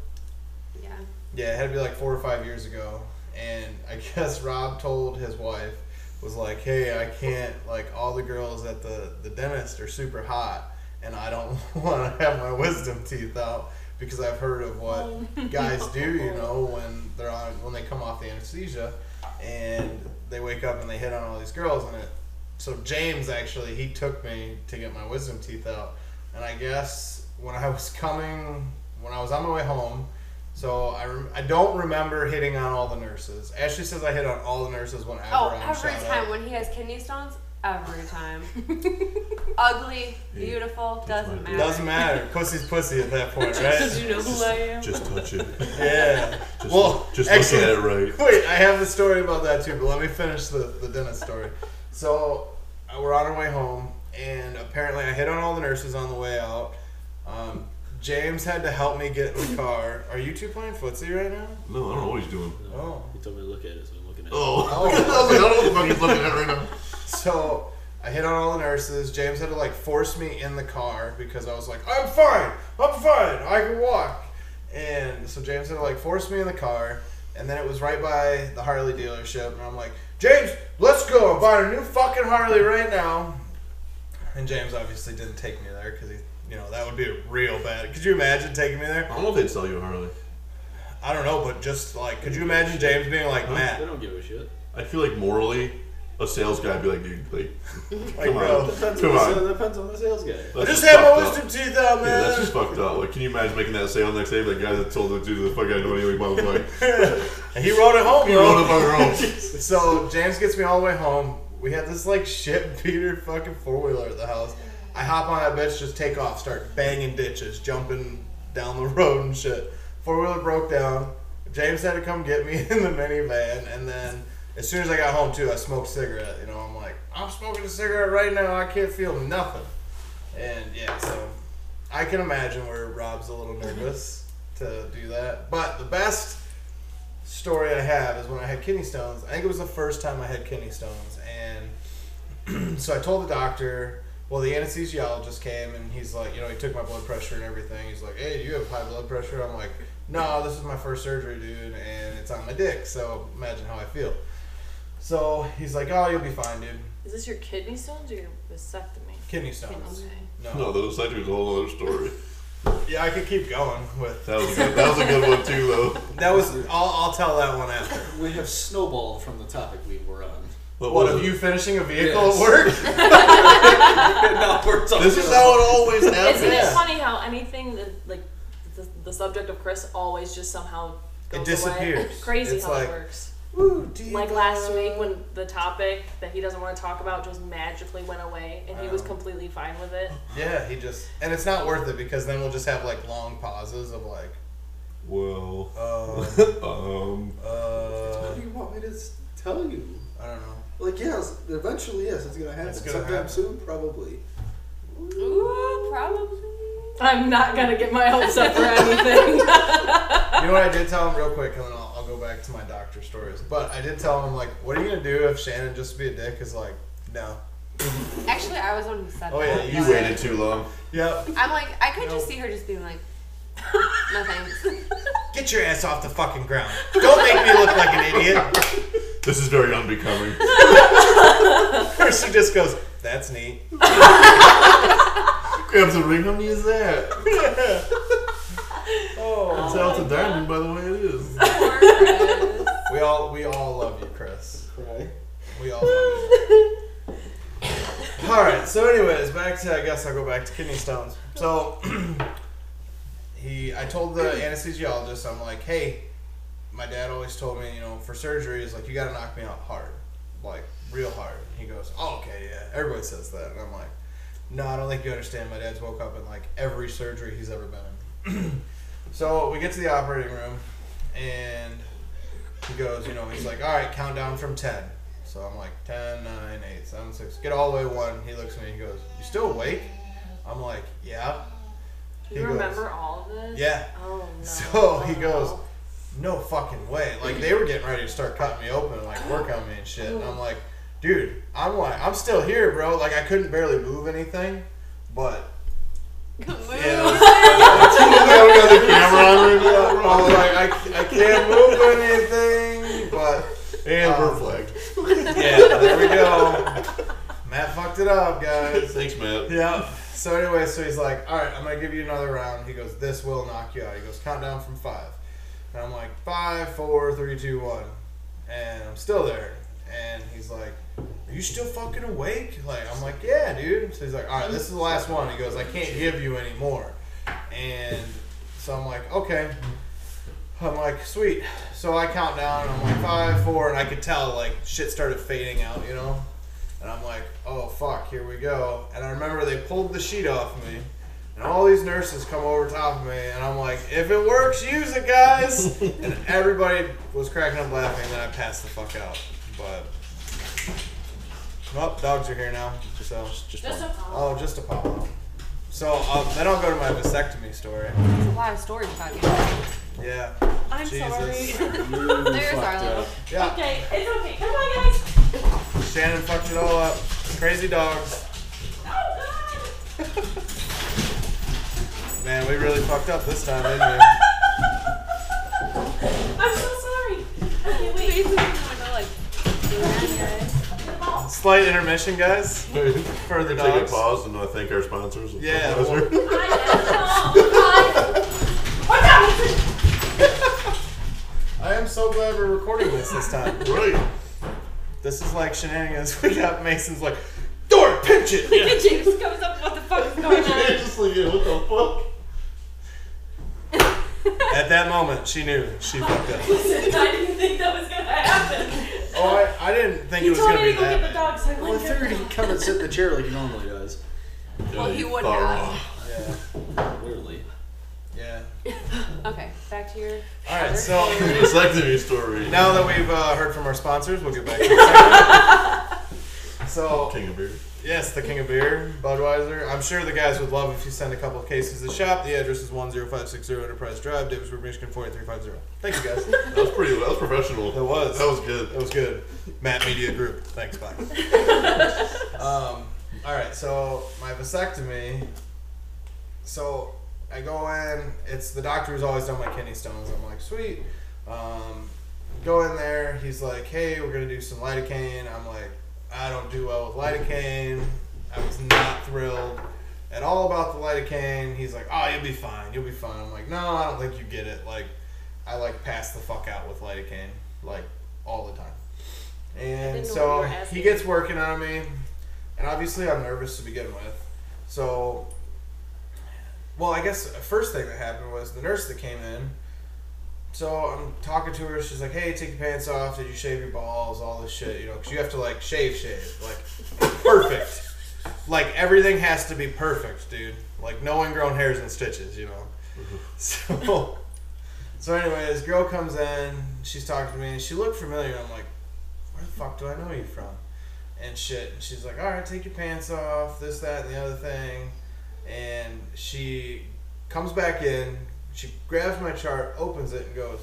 Speaker 5: Yeah.
Speaker 1: Yeah, it had to be like four or five years ago. And I [LAUGHS] guess Rob told his wife, was like, hey, I can't, like, all the girls at the, the dentist are super hot, and I don't [LAUGHS] want to have my wisdom teeth out because I've heard of what
Speaker 5: [LAUGHS]
Speaker 1: guys do, you know, when they're on, when they come off the anesthesia and they wake up and they hit on all these girls. And it, so James actually, he took me to get my wisdom teeth out. And I guess when I was coming, when I was on my way home, so I, rem- I don't remember hitting on all the nurses. Ashley says I hit on all the nurses whenever
Speaker 5: Oh,
Speaker 1: I'm
Speaker 5: every
Speaker 1: shot
Speaker 5: time
Speaker 1: at.
Speaker 5: when he has kidney stones, every time. Ugly, beautiful, doesn't
Speaker 2: my-
Speaker 5: matter.
Speaker 1: Doesn't matter. Pussy's pussy at that
Speaker 5: [LAUGHS]
Speaker 1: point,
Speaker 3: Because
Speaker 1: right?
Speaker 3: [LAUGHS] you know who I am.
Speaker 2: Just touch it. [LAUGHS]
Speaker 1: Yeah.
Speaker 2: Just,
Speaker 1: Well,
Speaker 2: just
Speaker 1: actually-
Speaker 2: look at it
Speaker 1: [LAUGHS]
Speaker 2: right.
Speaker 1: Wait, I have a story about that too, but let me finish the, the dentist story. So uh, we're on our way home, and apparently I hit on all the nurses on the way out. Um, James had to help me get in the car. Are you two playing footsie right now?
Speaker 2: No, I don't know what he's doing.
Speaker 1: Oh.
Speaker 4: He told me to look at it, so I'm looking at
Speaker 2: Oh, [LAUGHS] I was like, I don't know what the fuck he's looking at right now.
Speaker 1: So I hit on all the nurses. James had to like force me in the car because I was like, I'm fine, I'm fine, I can walk. And so James had to like force me in the car. And then it was right by the Harley dealership. And I'm like, James, let's go. I'm buying a new fucking Harley right now. And James obviously didn't take me there because he, you know, that would be real bad. Could you imagine taking me there?
Speaker 2: I don't know if they'd sell you a Harley.
Speaker 1: I don't know, but just like, could you imagine James being like,
Speaker 4: it. They
Speaker 1: Matt,
Speaker 4: don't give a shit.
Speaker 2: I feel like morally, a sales guy would be like,
Speaker 1: [LAUGHS]
Speaker 2: dude, like,
Speaker 1: like, bro,
Speaker 4: Depends
Speaker 2: Come
Speaker 4: on,
Speaker 2: on.
Speaker 4: the, depends on the sales guy.
Speaker 1: I
Speaker 2: that's
Speaker 1: just had my
Speaker 2: fucked up.
Speaker 1: wisdom teeth out,
Speaker 2: Yeah, that's
Speaker 1: man.
Speaker 2: just fucked up. Like, can you imagine making that sale next day? Like, guys that told the dude to the fuck I know anyway,
Speaker 1: [LAUGHS]
Speaker 2: motherfucker.
Speaker 1: And he rode it home,
Speaker 2: You
Speaker 1: bro.
Speaker 2: rolled up on your own.
Speaker 1: [LAUGHS] So James gets me all the way home. We had this like shit [LAUGHS] beater fucking four wheeler at the house. I hop on that bitch, just take off, start banging ditches, jumping down the [LAUGHS] road and shit. Four wheeler broke down. James had to come get me [LAUGHS] in the minivan, and then as soon as I got home too, I smoked a cigarette. You know, I'm like, I'm smoking a cigarette right now. I can't feel nothing. And yeah, so I can imagine where Rob's a little nervous to do that. But the best story I have is when I had kidney stones. I think it was the first time I had kidney stones, and [CLEARS THROAT] so I told the doctor. Well, the anesthesiologist came and he's like, you know, he took my blood pressure and everything. He's like, hey, you have high blood pressure. I'm like, no, this is my first surgery, dude, and it's on my dick. So imagine how I feel. So he's like, oh, you'll be fine, dude.
Speaker 3: Is this your kidney stones or your vasectomy?
Speaker 1: Kidney stones.
Speaker 2: No, those that was a whole other story.
Speaker 1: Yeah, I could keep going with
Speaker 2: That was a good, that was a good one too, though.
Speaker 1: that. Was I'll, I'll tell that one after.
Speaker 4: [LAUGHS] We have snowballed from the topic we were [LAUGHS] on.
Speaker 2: But
Speaker 1: What
Speaker 2: was
Speaker 1: of
Speaker 2: it?
Speaker 1: you finishing a vehicle
Speaker 4: Yes.
Speaker 1: at work?
Speaker 4: no, we're
Speaker 2: [LAUGHS]
Speaker 4: talking
Speaker 2: This is
Speaker 4: about-
Speaker 2: how
Speaker 1: [LAUGHS]
Speaker 2: it always happens.
Speaker 3: Isn't it funny how anything that like the, the subject of Chris always just somehow goes
Speaker 1: It disappears.
Speaker 3: Away. [LAUGHS] Crazy
Speaker 1: It's
Speaker 3: how
Speaker 1: like-
Speaker 3: it works.
Speaker 1: Ooh, do you
Speaker 3: Like last
Speaker 1: know?
Speaker 3: week when the topic that he doesn't want to talk about just magically went away and he was
Speaker 1: Wow.
Speaker 3: completely fine with it.
Speaker 1: Yeah, he just and it's not worth it because then we'll just have like long pauses of [LAUGHS] like,
Speaker 2: Well,
Speaker 1: uh,
Speaker 2: um,
Speaker 1: uh,
Speaker 4: What do you want me to s- tell you?
Speaker 1: I don't know.
Speaker 6: Like yes, eventually yes, it's gonna happen
Speaker 1: It's gonna
Speaker 6: sometime
Speaker 1: happen.
Speaker 6: soon, probably.
Speaker 5: Ooh, probably.
Speaker 3: I'm not gonna get my hopes up
Speaker 1: [LAUGHS]
Speaker 3: for anything.
Speaker 1: You know what I did tell him real quick, and then I'll, I'll go back to my doctor stories. But I did tell him like, what are you gonna do if Shannon just to be a dick is like, no.
Speaker 5: Actually, I was one who said
Speaker 1: Oh,
Speaker 5: that.
Speaker 1: yeah,
Speaker 2: you
Speaker 5: but-
Speaker 2: waited too long.
Speaker 1: Yep.
Speaker 5: I'm like, I could
Speaker 1: Nope.
Speaker 5: just see her just being like, no thanks.
Speaker 1: Get your ass off the fucking ground. Don't make me look like an idiot.
Speaker 2: This is
Speaker 1: [LAUGHS]
Speaker 2: very unbecoming.
Speaker 1: Or she just goes, that's neat.
Speaker 2: Grabs a ring. How many is that?
Speaker 1: Oh.
Speaker 2: It's out to diamond, by the way. It is.
Speaker 5: Poor Chris.
Speaker 1: We all we all love you, Chris.
Speaker 6: Cry.
Speaker 1: We all. All right. So, anyways, back to I guess I'll go back to kidney stones. So, he, I told the anesthesiologist, I'm like, hey, my dad always told me, you know, for surgery is like you got to knock me out hard, like real hard. And he goes, oh, okay, yeah. Everybody says that, and I'm like, no, I don't think you understand. My dad's woke up in like every surgery he's ever been in. [CLEARS THROAT] so we get to the operating room, and he goes, you know, he's like, all right, count down from 10. So I'm like, 10, 9, 8, 7, 6. Get all the way to 1. He looks at me and he goes, you still awake? I'm like, yeah. He
Speaker 3: you
Speaker 1: goes-
Speaker 3: remember all of this?
Speaker 1: Yeah.
Speaker 3: Oh no.
Speaker 1: So he
Speaker 3: Oh,
Speaker 1: goes,
Speaker 3: no.
Speaker 1: no fucking way. Like, they were getting ready to start cutting me open and, like, work on me and shit. And I'm like, dude, I'm like, I'm still here, bro. Like, I couldn't barely move anything, but. Yeah.
Speaker 2: Got the camera on right now.
Speaker 1: I was like, I, I can't move anything, but.
Speaker 2: And
Speaker 1: Um,
Speaker 2: we're flagged.
Speaker 1: Yeah, there we go. Matt fucked it up, guys.
Speaker 2: Thanks, Matt.
Speaker 1: Yeah. So anyway, so he's like, "All right, I'm gonna give you another round." He goes, "This will knock you out." He goes, "Count down from five. and I'm like, five, four, three, two, one, and I'm still there. And he's like, "Are you still fucking awake?" Like, I'm like, "Yeah, dude." So he's like, "All right, this is the last one." He goes, "I can't give you any more," and so I'm like, "Okay." I'm like, sweet. So I count down, and I'm like, five, four, and I could tell, like, shit started fading out, you know? And I'm like, oh, fuck, here we go. And I remember they pulled the sheet off me, and all these nurses come over top of me, and I'm like, if it works, use it, guys. and everybody was cracking up laughing, and then I passed the fuck out. But, well, dogs are here now, so.
Speaker 7: Just
Speaker 3: Just
Speaker 7: one.
Speaker 3: a pop.
Speaker 1: Oh, just Apollo. So um, then I'll go to my vasectomy story.
Speaker 5: There's a lot of stories about you.
Speaker 1: Yeah.
Speaker 3: I'm
Speaker 1: Jesus.
Speaker 3: [LAUGHS] sorry.
Speaker 5: There's
Speaker 7: fucked
Speaker 5: our little.
Speaker 7: up.
Speaker 1: Yeah.
Speaker 3: okay, it's okay. Come on, guys.
Speaker 1: Shannon fucked it all up. Crazy [LAUGHS] dogs.
Speaker 3: Oh God.
Speaker 1: Man, we really fucked up this time, didn't we?
Speaker 3: I'm so sorry. [LAUGHS] Okay, wait.
Speaker 5: Basically, we're like,
Speaker 1: Slight intermission, guys. For the
Speaker 2: Take a
Speaker 1: dogs.
Speaker 2: pause and I thank our sponsors.
Speaker 1: Yeah.
Speaker 2: Sponsor.
Speaker 3: I am so- I- Oh, God.
Speaker 1: I am so glad we're recording this this time.
Speaker 2: [LAUGHS] right.
Speaker 1: This is like shenanigans. [LAUGHS] We got Mason's like, door, pinch it.
Speaker 5: the
Speaker 3: [LAUGHS]
Speaker 5: James comes up, what the fuck is going on?
Speaker 2: Just like, yeah, what the fuck?
Speaker 1: At that moment, she knew she fucked up.
Speaker 3: Listen, I didn't think that was gonna happen.
Speaker 1: Oh, I, I didn't think
Speaker 3: You
Speaker 1: it was going
Speaker 3: told
Speaker 1: to
Speaker 3: me
Speaker 1: be
Speaker 3: to go get the
Speaker 1: that.
Speaker 3: dogs. I
Speaker 7: Well, I
Speaker 3: went there.
Speaker 4: [LAUGHS]
Speaker 7: figured he'd come and sit in the chair like he normally does.
Speaker 5: Well,
Speaker 2: Yeah,
Speaker 5: he
Speaker 2: you
Speaker 5: would
Speaker 2: thought
Speaker 5: not.
Speaker 2: [LAUGHS] wrong.
Speaker 1: Yeah.
Speaker 4: Clearly.
Speaker 1: Yeah.
Speaker 5: Okay, back to your.
Speaker 1: All right, [LAUGHS]
Speaker 5: other
Speaker 1: so.
Speaker 5: story.
Speaker 2: Vasectomy story.
Speaker 1: Now that we've uh, heard from our sponsors, we'll get [LAUGHS] back to the
Speaker 3: [LAUGHS]
Speaker 1: segment. So,
Speaker 2: King of beer.
Speaker 1: yes, the King of Beer, Budweiser. I'm sure the guys would love if you send a couple of cases to the shop. The address is 10560 Enterprise Drive, Davisburg, Michigan 48350. Thank you, guys.
Speaker 2: That was pretty. That was professional.
Speaker 1: That was.
Speaker 2: That was good.
Speaker 1: That was good. Matt Media Group. Thanks, bye. um, all right, so my vasectomy. So I go in. It's the doctor who's always done my kidney stones. I'm like, sweet. Um, go in there. He's like, hey, we're gonna do some lidocaine. I'm like, I don't do well with lidocaine. I was not thrilled at all about the lidocaine. He's like, oh, you'll be fine. You'll be fine. I'm like, no, I don't think you get it. Like, I like pass the fuck out with lidocaine like all the time. And
Speaker 3: didn't know
Speaker 1: so
Speaker 3: what you were asking.
Speaker 1: he gets working on me, and obviously I'm nervous to begin with. So, well, I guess the first thing that happened was the nurse that came in. So I'm talking to her. She's like, "Hey, take your pants off. Did you shave your balls? All this shit, you know, because you have to like shave, shave, like perfect. like everything has to be perfect, dude. Like no ingrown hairs and stitches, you know. so, so anyway, this girl comes in. She's talking to me, and she looked familiar. I'm like, "Where the fuck do I know you from?" And shit. And she's like, "All right, take your pants off. This, that, and the other thing." And she comes back in. She grabs my chart, opens it, and goes,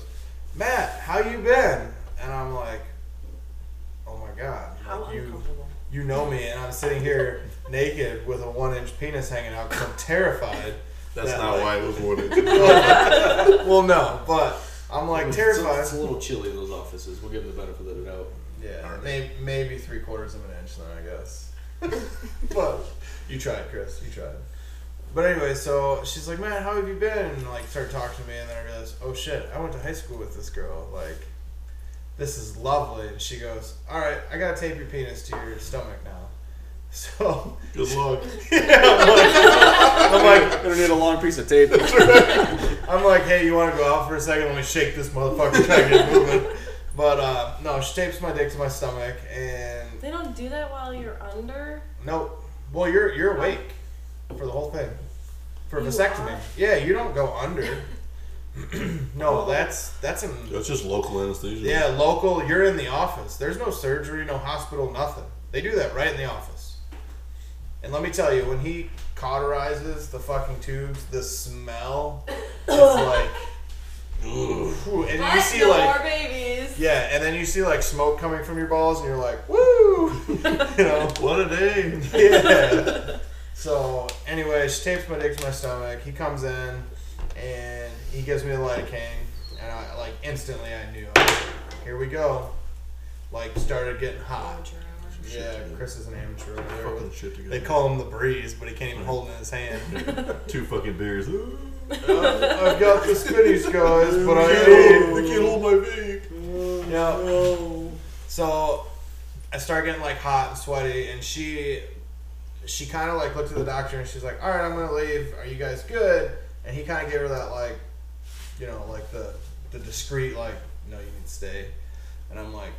Speaker 1: "Matt, how you been?" And I'm like, "Oh my god,
Speaker 3: How
Speaker 1: like, you
Speaker 3: uncomfortable.
Speaker 1: you know me, and I'm sitting here naked with a one-inch penis hanging out because I'm terrified."
Speaker 2: That's
Speaker 1: that,
Speaker 2: not
Speaker 1: like-
Speaker 2: why it was wanted.
Speaker 1: well, no, but I'm like
Speaker 4: It's-
Speaker 1: terrified.
Speaker 4: It's, a little chilly in those offices. We'll give it the benefit of the doubt.
Speaker 1: Yeah, may, maybe three quarters of an inch then, I guess. [LAUGHS] but you tried, Chris. You tried. But anyway, so she's like, "Man, how have you been?" And like, started talking to me, and then I realized, "Oh shit, I went to high school with this girl. Like, this is lovely." And she goes, "All right, I gotta tape your penis to your stomach now." [LAUGHS] So
Speaker 2: Good luck.
Speaker 1: I'm like,
Speaker 7: Gonna need a long piece of tape.
Speaker 1: I'm like, hey, you want to go out for a second? Let me shake this motherfucker. Try to get
Speaker 2: [LAUGHS]
Speaker 1: moving. But uh, no, she tapes my dick to my stomach, and
Speaker 3: They don't do that while you're under.
Speaker 1: No. Well, you're you're awake for the whole thing. For a
Speaker 3: You
Speaker 1: vasectomy.
Speaker 3: are?
Speaker 1: Yeah, you don't go under. [CLEARS THROAT] no,
Speaker 3: Oh.
Speaker 1: that's that's a
Speaker 2: That's just local anesthesia.
Speaker 1: yeah, local. You're in the office. There's no surgery, no hospital, nothing. They do that right in the office. And let me tell you, when he cauterizes the fucking tubes, the smell is
Speaker 3: [COUGHS]
Speaker 1: like
Speaker 2: Ugh.
Speaker 1: whew, and you
Speaker 5: But
Speaker 1: see
Speaker 5: no
Speaker 1: like
Speaker 5: more babies.
Speaker 1: yeah, and then you see like smoke coming from your balls and you're like, "Woo!" [LAUGHS] you know.
Speaker 2: What a day.
Speaker 1: yeah. So anyway, she tapes my dick to my stomach. He comes in and he gives me the lidocaine, and I like instantly I knew. I was like, Here we go. Like started getting hot. Yeah, Chris is an amateur over there.
Speaker 2: Fucking
Speaker 1: With,
Speaker 2: shit together.
Speaker 1: they call him the breeze, but he can't even hold it in his hand.
Speaker 2: two fucking beers. Ooh.
Speaker 1: Uh, I've got the spinnies, guys, but I
Speaker 2: [LAUGHS] They
Speaker 1: ain't.
Speaker 2: can't hold- they can't hold my vape.
Speaker 1: Yeah. So I start getting like hot and sweaty, and she she kind of like looked at the doctor and she's like, "All right, I'm gonna leave. Are you guys good?" And he kind of gave her that like, you know, like the the discreet like, "No, you need to stay." And I'm like,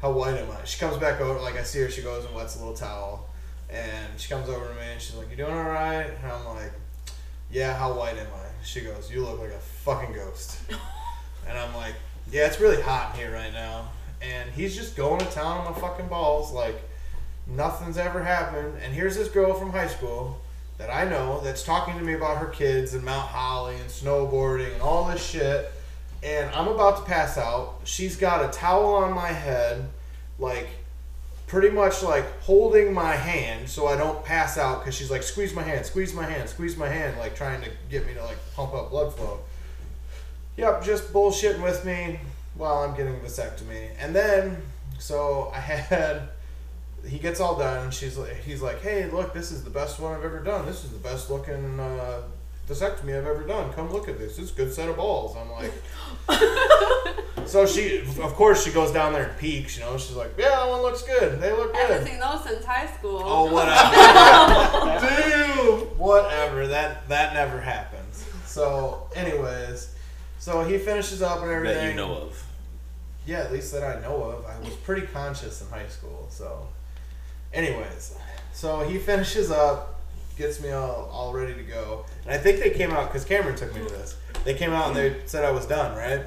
Speaker 1: "How white am I?" She comes back over, like I see her. She goes and wets a little towel. and she comes over to me and she's like, "You doing all right?" And I'm like, "Yeah, how white am I?" She goes, "You look like a fucking ghost." and I'm like, "Yeah, it's really hot in here right now." And he's just going to town on my fucking balls, like nothing's ever happened. And here's this girl from high school that I know that's talking to me about her kids and Mount Holly and snowboarding and all this shit. And I'm about to pass out. She's got a towel on my head, like pretty much like holding my hand so I don't pass out because she's like, squeeze my hand, squeeze my hand, squeeze my hand, like trying to get me to like pump up blood flow. Yep, just bullshitting with me while I'm getting a vasectomy. And then, so I [LAUGHS] had he gets all done and she's like, he's like, hey, look, this is the best one I've ever done. This is the best looking uh, vasectomy I've ever done. Come look at this. It's a good set of balls. I'm like, so she, of course, she goes down there and peeks. You know, she's like, yeah, that one looks good. They look
Speaker 5: I haven't
Speaker 1: good.
Speaker 5: seen those since high school.
Speaker 1: Oh, whatever.
Speaker 4: [LAUGHS]
Speaker 1: Dude, whatever. That that never happens. So, anyways, so he finishes up and everything.
Speaker 4: That you know of.
Speaker 1: Yeah, at least that I know of. I was pretty conscious in high school, so. Anyways, so he finishes up, gets me all, all ready to go. And I think they came out, because Cameron took me to this. They came out and they said I was done, right?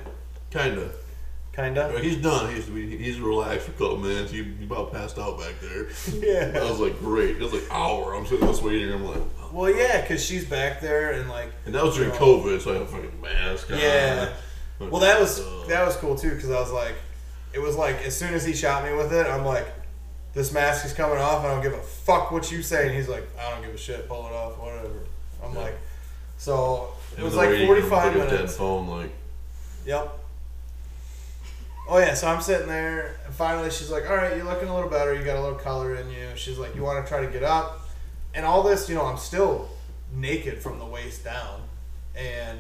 Speaker 2: Kinda.
Speaker 1: Kinda?
Speaker 2: Like, he's done. He's we- he's relaxed for a couple minutes. He, he about passed out back there. I
Speaker 1: Yeah.
Speaker 2: was like, great. It was like hour. I'm sitting this waiting. I'm like, oh.
Speaker 1: Well, yeah, because she's back there and, like,
Speaker 2: and that was during COVID, so I had a fucking mask. on.
Speaker 1: Yeah.
Speaker 2: Fucking,
Speaker 1: Well, that was
Speaker 2: uh,
Speaker 1: that was cool too because I was like, it was like as soon as he shot me with it, I'm like, this mask is coming off. I don't give a fuck what you say. And he's like, I don't give a shit. Pull it off, whatever. I'm
Speaker 2: Yeah.
Speaker 1: like, so it,
Speaker 2: in
Speaker 1: was
Speaker 2: the
Speaker 1: like
Speaker 2: waiting room,
Speaker 1: 45
Speaker 2: like a Dead
Speaker 1: minutes.
Speaker 2: phone, like
Speaker 1: Yep. Oh yeah, so I'm sitting there, and finally she's like, "All right, you're looking a little better. You got a little color in you." She's like, "You want to try to get up?" And all this, you know, I'm still naked from the waist down, and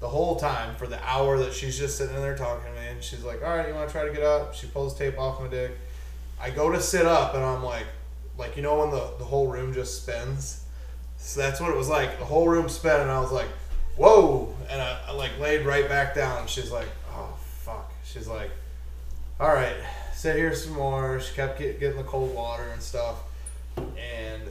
Speaker 1: the whole time for the hour that she's just sitting there talking to me, and she's like, "All right, you want to try to get up?" She pulls tape off my dick. I go to sit up, and I'm like, like you know when the the whole room just spins. So that's what it was like. The whole room spun, and I was like, "Whoa!" And I, I like laid right back down. And she's like, "Oh fuck!" She's like, "All right, sit here some more." She kept get, getting the cold water and stuff, and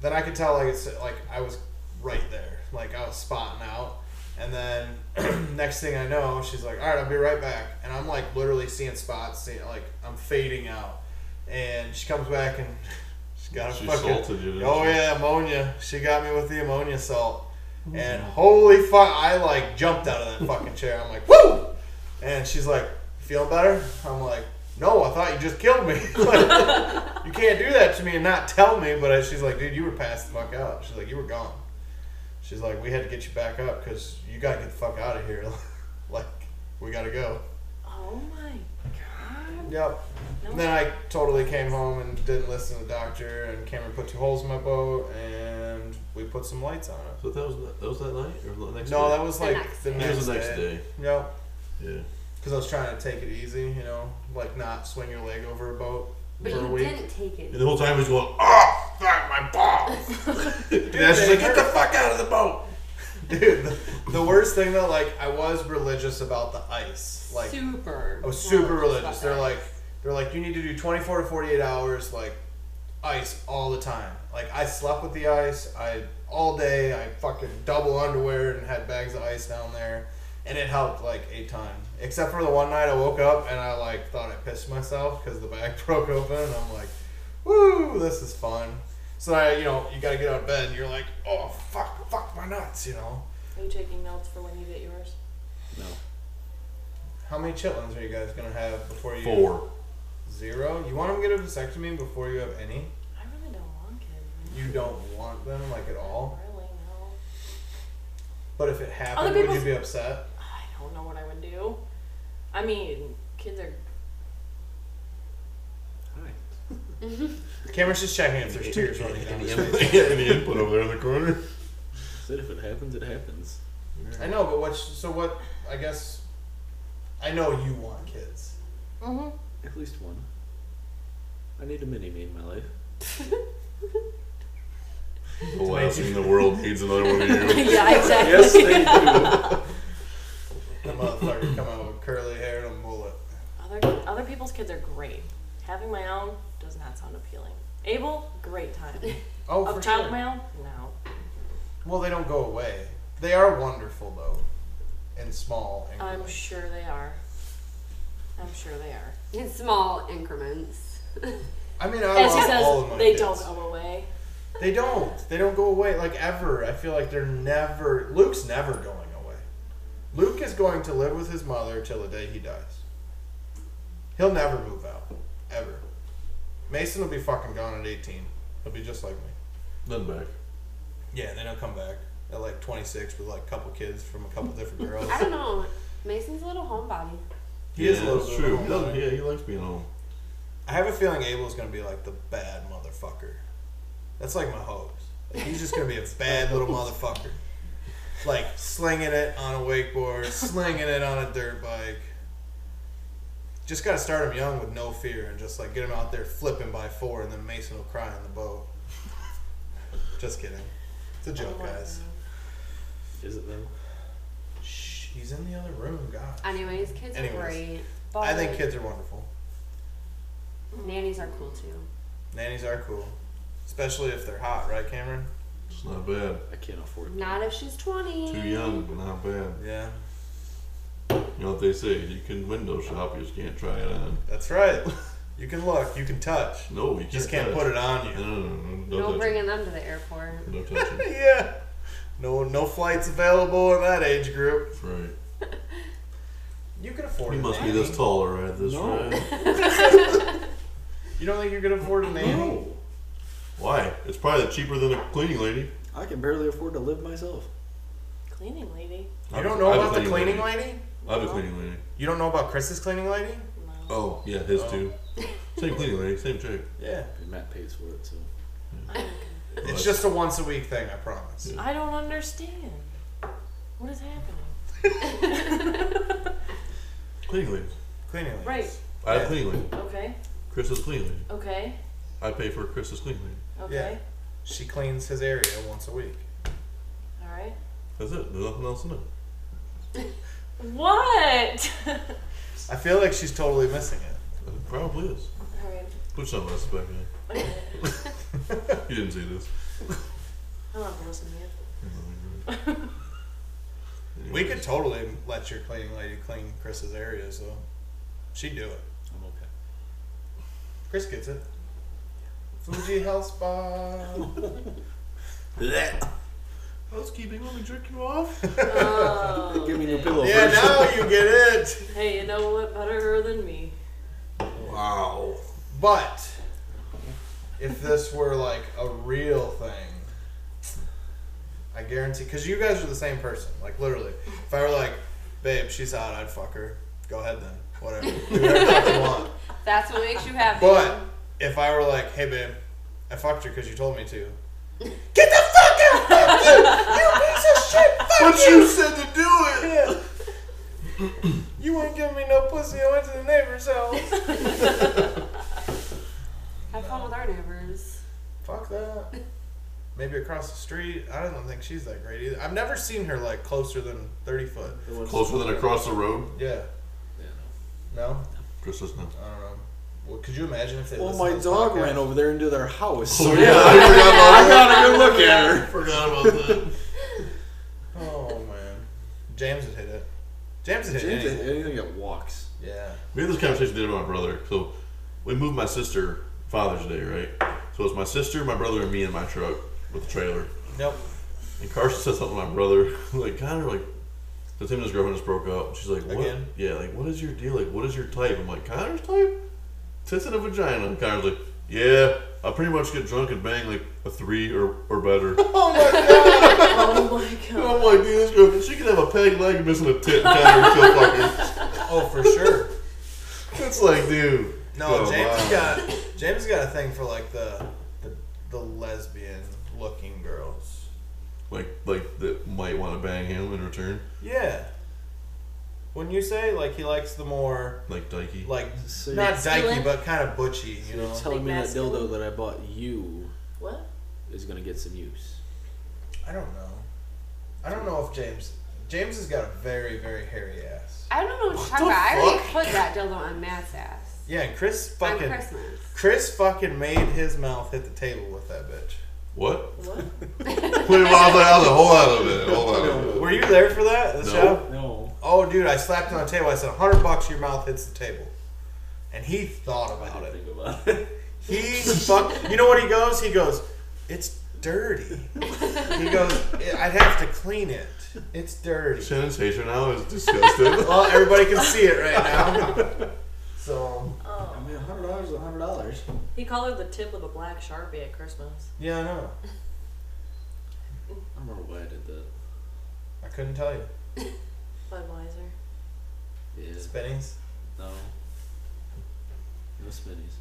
Speaker 1: then I could tell like it's like I was right there, like I was spotting out. And then [CLEARS THROAT] next thing I know, she's like, "All right, I'll be right back," and I'm like literally seeing spots, seeing like I'm fading out. And she comes back and [LAUGHS] she's got a
Speaker 2: she
Speaker 1: fucking
Speaker 2: assaulted you. didn't
Speaker 1: Oh
Speaker 2: she?
Speaker 1: yeah, ammonia. She got me with the ammonia salt, and holy fuck, I like jumped out of that fucking chair. I'm like, woo! And she's like, feeling better? I'm like, no, I thought you just killed me. [LAUGHS] Like, you can't do that to me and not tell me. But I- she's like, dude, you were passed the fuck out. She's like, you were gone. She's like, we had to get you back up because you gotta get the fuck out of here. [LAUGHS] like, we gotta go.
Speaker 3: Oh my god.
Speaker 1: Yep.
Speaker 3: No.
Speaker 1: Then I totally came home and didn't listen to the doctor. And Cameron put two holes in my boat, and we put some lights on it.
Speaker 2: So that was that, that was that night or the next
Speaker 1: No,
Speaker 2: day?
Speaker 1: that was
Speaker 5: The
Speaker 1: like
Speaker 5: next
Speaker 1: the
Speaker 5: day.
Speaker 1: next,
Speaker 2: It was the next day.
Speaker 1: Yep.
Speaker 2: Yeah.
Speaker 1: Because I was trying to take it easy, you know, like not swing your leg over a boat
Speaker 5: But
Speaker 1: for a
Speaker 5: you
Speaker 1: week. [LAUGHS]
Speaker 5: didn't take it.
Speaker 2: And the whole time he's going, oh, fuck,
Speaker 1: [LAUGHS]
Speaker 2: my balls. and I was just
Speaker 1: they
Speaker 2: like, get the fuck out of the boat.
Speaker 1: Dude, the, the worst thing though, like I was religious about the ice. Like
Speaker 5: super.
Speaker 1: I was Oh, super religious. They're like, they're like, you need to do 24 to 48 hours, like ice all the time. Like I slept with the ice. I all day. I fucking double underwear and had bags of ice down there, and it helped like a ton. Except for the one night I woke up and I like thought I pissed myself because the bag [LAUGHS] broke open. And I'm like, woo, this is fun. So I, you know, you gotta get out of bed and you're like, oh fuck, fuck my nuts, you know.
Speaker 3: Are you taking notes for when you get yours?
Speaker 4: No.
Speaker 1: How many chitlins are you guys gonna have before you?
Speaker 2: Four.
Speaker 1: Zero? You want them to get a vasectomy before you have any?
Speaker 3: I really don't want kids.
Speaker 1: You don't want them, like, at all?
Speaker 3: Really, no.
Speaker 1: But if it happened,
Speaker 3: Other
Speaker 1: would you
Speaker 3: people's-
Speaker 1: be upset?
Speaker 3: I don't know what I would do. I mean, kids are.
Speaker 1: Cameron's just checking if there's tears running down his face.
Speaker 2: [LAUGHS] yeah, and he put over there in the
Speaker 1: [LAUGHS]
Speaker 2: corner.
Speaker 4: Said if it happens, it happens.
Speaker 1: I know, but what's... So what... I guess... I know you want kids.
Speaker 3: Mm-hmm. [LAUGHS]
Speaker 4: At least one. I need a mini me in my life.
Speaker 2: The last thing the world needs another one of you.
Speaker 5: yeah, exactly.
Speaker 7: Yes, they do.
Speaker 1: That motherfucker come out with curly hair and a mullet.
Speaker 3: Other other people's kids are great. Having my own does not sound appealing. Abel, great time. time.
Speaker 1: Oh,
Speaker 3: Of
Speaker 1: for
Speaker 3: child
Speaker 1: sure.
Speaker 3: mail? No.
Speaker 1: Well, they don't go away. They are wonderful though, and small.
Speaker 3: I'm
Speaker 1: increments.
Speaker 3: sure they are. I'm sure they are.
Speaker 5: In small increments.
Speaker 1: I mean, I
Speaker 3: As he
Speaker 1: love all of my
Speaker 3: says, they
Speaker 1: kids.
Speaker 3: don't go away.
Speaker 1: They don't. They don't go away like ever. I feel like they're never. Luke's never going away. Luke is going to live with his mother till the day he dies. He'll never move out, ever. Mason will be fucking gone at 18. He'll be just like me.
Speaker 2: Then back.
Speaker 1: Yeah, and then he'll come back at like 26 with like a couple kids from a couple different girls.
Speaker 5: I don't know. Mason's a little homebody.
Speaker 1: He is a little
Speaker 2: that's
Speaker 1: bit
Speaker 2: true.
Speaker 1: of a
Speaker 2: He doesn't-
Speaker 1: homebody.
Speaker 2: yeah, he likes being home.
Speaker 1: I have a feeling Abel's gonna be like the bad motherfucker. That's like my hopes. Like, he's just gonna be a bad little motherfucker. Like slinging it on a wakeboard, slinging it on a dirt bike. Just gotta start him young with no fear and just like get him out there flipping by four, and then Mason will cry on the boat. Just kidding. It's a joke, guys.
Speaker 4: Is it them?
Speaker 1: Shh, he's in the other room. God,
Speaker 5: Anyways, kids
Speaker 1: Anyways.
Speaker 5: are great.
Speaker 1: I think
Speaker 5: But
Speaker 1: kids are wonderful.
Speaker 5: nannies are cool too.
Speaker 1: Nannies are cool, especially if they're hot, right, Cameron?
Speaker 2: It's not bad.
Speaker 4: I can't afford
Speaker 5: Not if she's 20.
Speaker 2: Too young, but not bad.
Speaker 1: Yeah,
Speaker 2: You know what they say? You can window shop, you just can't try it on.
Speaker 1: that's right. You can look, you can touch.
Speaker 2: No, you can't.
Speaker 1: Just can't
Speaker 2: touch
Speaker 1: put it on you.
Speaker 2: No, no, no, no,
Speaker 5: No
Speaker 2: don't touch
Speaker 5: bringing them to the airport.
Speaker 2: it. Don't touch
Speaker 1: [LAUGHS]
Speaker 2: it.
Speaker 1: yeah. No, no flights available in that age group.
Speaker 2: That's right.
Speaker 1: You can afford.
Speaker 2: You
Speaker 1: a
Speaker 2: must be
Speaker 1: nanny.
Speaker 2: this tall, all right? This
Speaker 4: No.
Speaker 2: right?
Speaker 1: You don't think you can afford a nanny?
Speaker 4: No.
Speaker 2: Why? It's probably cheaper than a cleaning lady.
Speaker 4: I can barely afford to live myself.
Speaker 3: Cleaning lady?
Speaker 1: You don't know
Speaker 2: I have a
Speaker 1: about the cleaning lady?
Speaker 2: I have a cleaning lady.
Speaker 1: You don't know about Chris's cleaning lady?
Speaker 3: No.
Speaker 2: Oh, yeah, his
Speaker 1: Oh.
Speaker 2: too.
Speaker 1: [LAUGHS]
Speaker 2: Same cleaning lady, same chick.
Speaker 1: Yeah.
Speaker 4: And Matt pays for it, so.
Speaker 1: It's just a once a week thing, I promise.
Speaker 3: I don't understand. What is happening?
Speaker 2: Cleaning lady.
Speaker 1: Cleaning lady.
Speaker 3: Right.
Speaker 2: I have
Speaker 1: Yeah.
Speaker 2: a cleaning lady.
Speaker 3: Okay.
Speaker 2: Chris is a cleaning lady.
Speaker 3: Okay.
Speaker 2: I pay for Chris's cleaning lady.
Speaker 3: Okay.
Speaker 1: She cleans his area once a week.
Speaker 3: All right.
Speaker 2: That's it. There's nothing else in it.
Speaker 3: What? [LAUGHS]
Speaker 1: I feel like she's totally missing it.
Speaker 2: It probably is.
Speaker 3: All right.
Speaker 2: Put some of us back in.
Speaker 3: Okay.
Speaker 2: [LAUGHS] You didn't see this.
Speaker 3: I don't have to listen to you.
Speaker 1: We could totally let your cleaning lady clean Chris's areas though. She'd do it.
Speaker 4: I'm okay.
Speaker 1: Chris gets it. Fuji Health Spa.
Speaker 2: Housekeeping, let me jerk you off.
Speaker 3: Oh,
Speaker 1: [LAUGHS]
Speaker 7: Give me
Speaker 3: okay.
Speaker 7: new pillow
Speaker 1: Yeah,
Speaker 7: first.
Speaker 1: now you get it.
Speaker 3: Hey, you know what better her than me?
Speaker 2: Wow.
Speaker 1: But if this were like a real thing, I guarantee because you guys are the same person. Like literally, if I were like, "Babe, she's hot," I'd fuck her. Go ahead then, whatever. Do whatever the fuck you want.
Speaker 5: That's what makes you happy.
Speaker 1: But if I were like, "Hey, babe, I fucked her because you told me to," get the fuck out! Fuck you! You piece of shit! Fuck
Speaker 2: But you said to do it!
Speaker 1: Yeah. You ain't giving me no pussy. I went to the neighbor's house.
Speaker 5: Have fun with our neighbors.
Speaker 1: Fuck that. Maybe across the street. I don't think she's that great either. I've never seen her like closer than thirty foot.
Speaker 4: The ones-
Speaker 2: Closer than across the road.
Speaker 1: Yeah.
Speaker 4: Yeah, no.
Speaker 1: No.
Speaker 2: Chris says no.
Speaker 1: I don't know. Well, could you imagine if they?
Speaker 7: Well,
Speaker 1: listened
Speaker 7: my
Speaker 1: to this
Speaker 7: dog
Speaker 1: podcast?
Speaker 7: ran over there into their house.
Speaker 2: Oh,
Speaker 7: so
Speaker 2: yeah,
Speaker 7: [LAUGHS] I
Speaker 2: I
Speaker 7: got a good look at her.
Speaker 2: [LAUGHS] forgot about that. forgot about that.
Speaker 1: Oh man. James would hit it. James would hit
Speaker 7: James,
Speaker 1: anything.
Speaker 7: anything that walks.
Speaker 1: Yeah.
Speaker 2: We had this conversation the other day with my brother. So we moved my sister Father's Day, right? So it's my sister, my brother, and me in my truck with the trailer.
Speaker 1: Nope.
Speaker 2: And Carson said something to my brother, [LAUGHS] like kind of like, because him and his girlfriend just broke up. She's like, what?
Speaker 1: Again?
Speaker 2: Yeah, like what is your deal? Like what is your type? I'm like, Connor's type? Tits and a vagina. And Connor's like, yeah, I pretty much get drunk and bang like a three or, or
Speaker 1: [LAUGHS]
Speaker 2: better.
Speaker 1: Oh my god.
Speaker 3: Oh my
Speaker 2: And
Speaker 3: god.
Speaker 2: I'm like, dude, this girl, she could have a peg leg missing a tit and Connor still fucking.
Speaker 1: oh, for sure.
Speaker 2: [LAUGHS] It's like, dude.
Speaker 1: No,
Speaker 2: come
Speaker 1: James
Speaker 2: on.
Speaker 1: has got James has got a thing for like the the, the lesbian looking girls.
Speaker 2: like like that might want to bang him in return,
Speaker 1: Yeah. When you say like he likes the more
Speaker 2: like Dikey.
Speaker 1: like
Speaker 7: So
Speaker 1: not
Speaker 7: you're,
Speaker 1: dykey
Speaker 3: Masculine?
Speaker 1: but kind of butchy, you
Speaker 7: so you're
Speaker 1: know.
Speaker 7: telling me
Speaker 3: Like
Speaker 7: that
Speaker 3: masculine?
Speaker 7: dildo that I bought you
Speaker 3: What?
Speaker 7: is gonna get some use.
Speaker 1: I don't know. I don't know if James James has got a very very hairy ass.
Speaker 5: I don't know what you're talking
Speaker 2: the
Speaker 5: about. I already
Speaker 2: fuck?
Speaker 5: put that dildo on Matt's ass.
Speaker 1: Yeah, and Chris
Speaker 5: on
Speaker 1: fucking
Speaker 5: Christmas.
Speaker 1: Chris fucking made his mouth hit the table with that bitch.
Speaker 2: What?
Speaker 3: What?
Speaker 2: [LAUGHS] Wait, well, I was like, I was like, hold on a minute, hold on a minute.
Speaker 1: Were you there for that? The
Speaker 2: No.
Speaker 1: show?
Speaker 4: No.
Speaker 1: Oh, dude, I slapped on the table. I said, 100 bucks, your mouth hits the table. And he thought about it.
Speaker 4: Think about it.
Speaker 1: He fuck. You know what he goes? He goes, it's dirty. He goes, "I- I'd have to clean it. It's [LAUGHS] dirty.
Speaker 2: Shannon's hatred now is disgusted.
Speaker 1: Well, everybody can see it right now. So,
Speaker 7: [LAUGHS] I
Speaker 3: Oh.
Speaker 7: mean, hundred dollars is hundred dollars.
Speaker 3: He called her the tip of a black sharpie at Christmas.
Speaker 1: yeah, I know.
Speaker 4: I don't remember why I did that.
Speaker 1: I couldn't tell you.
Speaker 3: Budweiser.
Speaker 4: Yeah.
Speaker 1: Spinnies.
Speaker 4: No. No spinnies.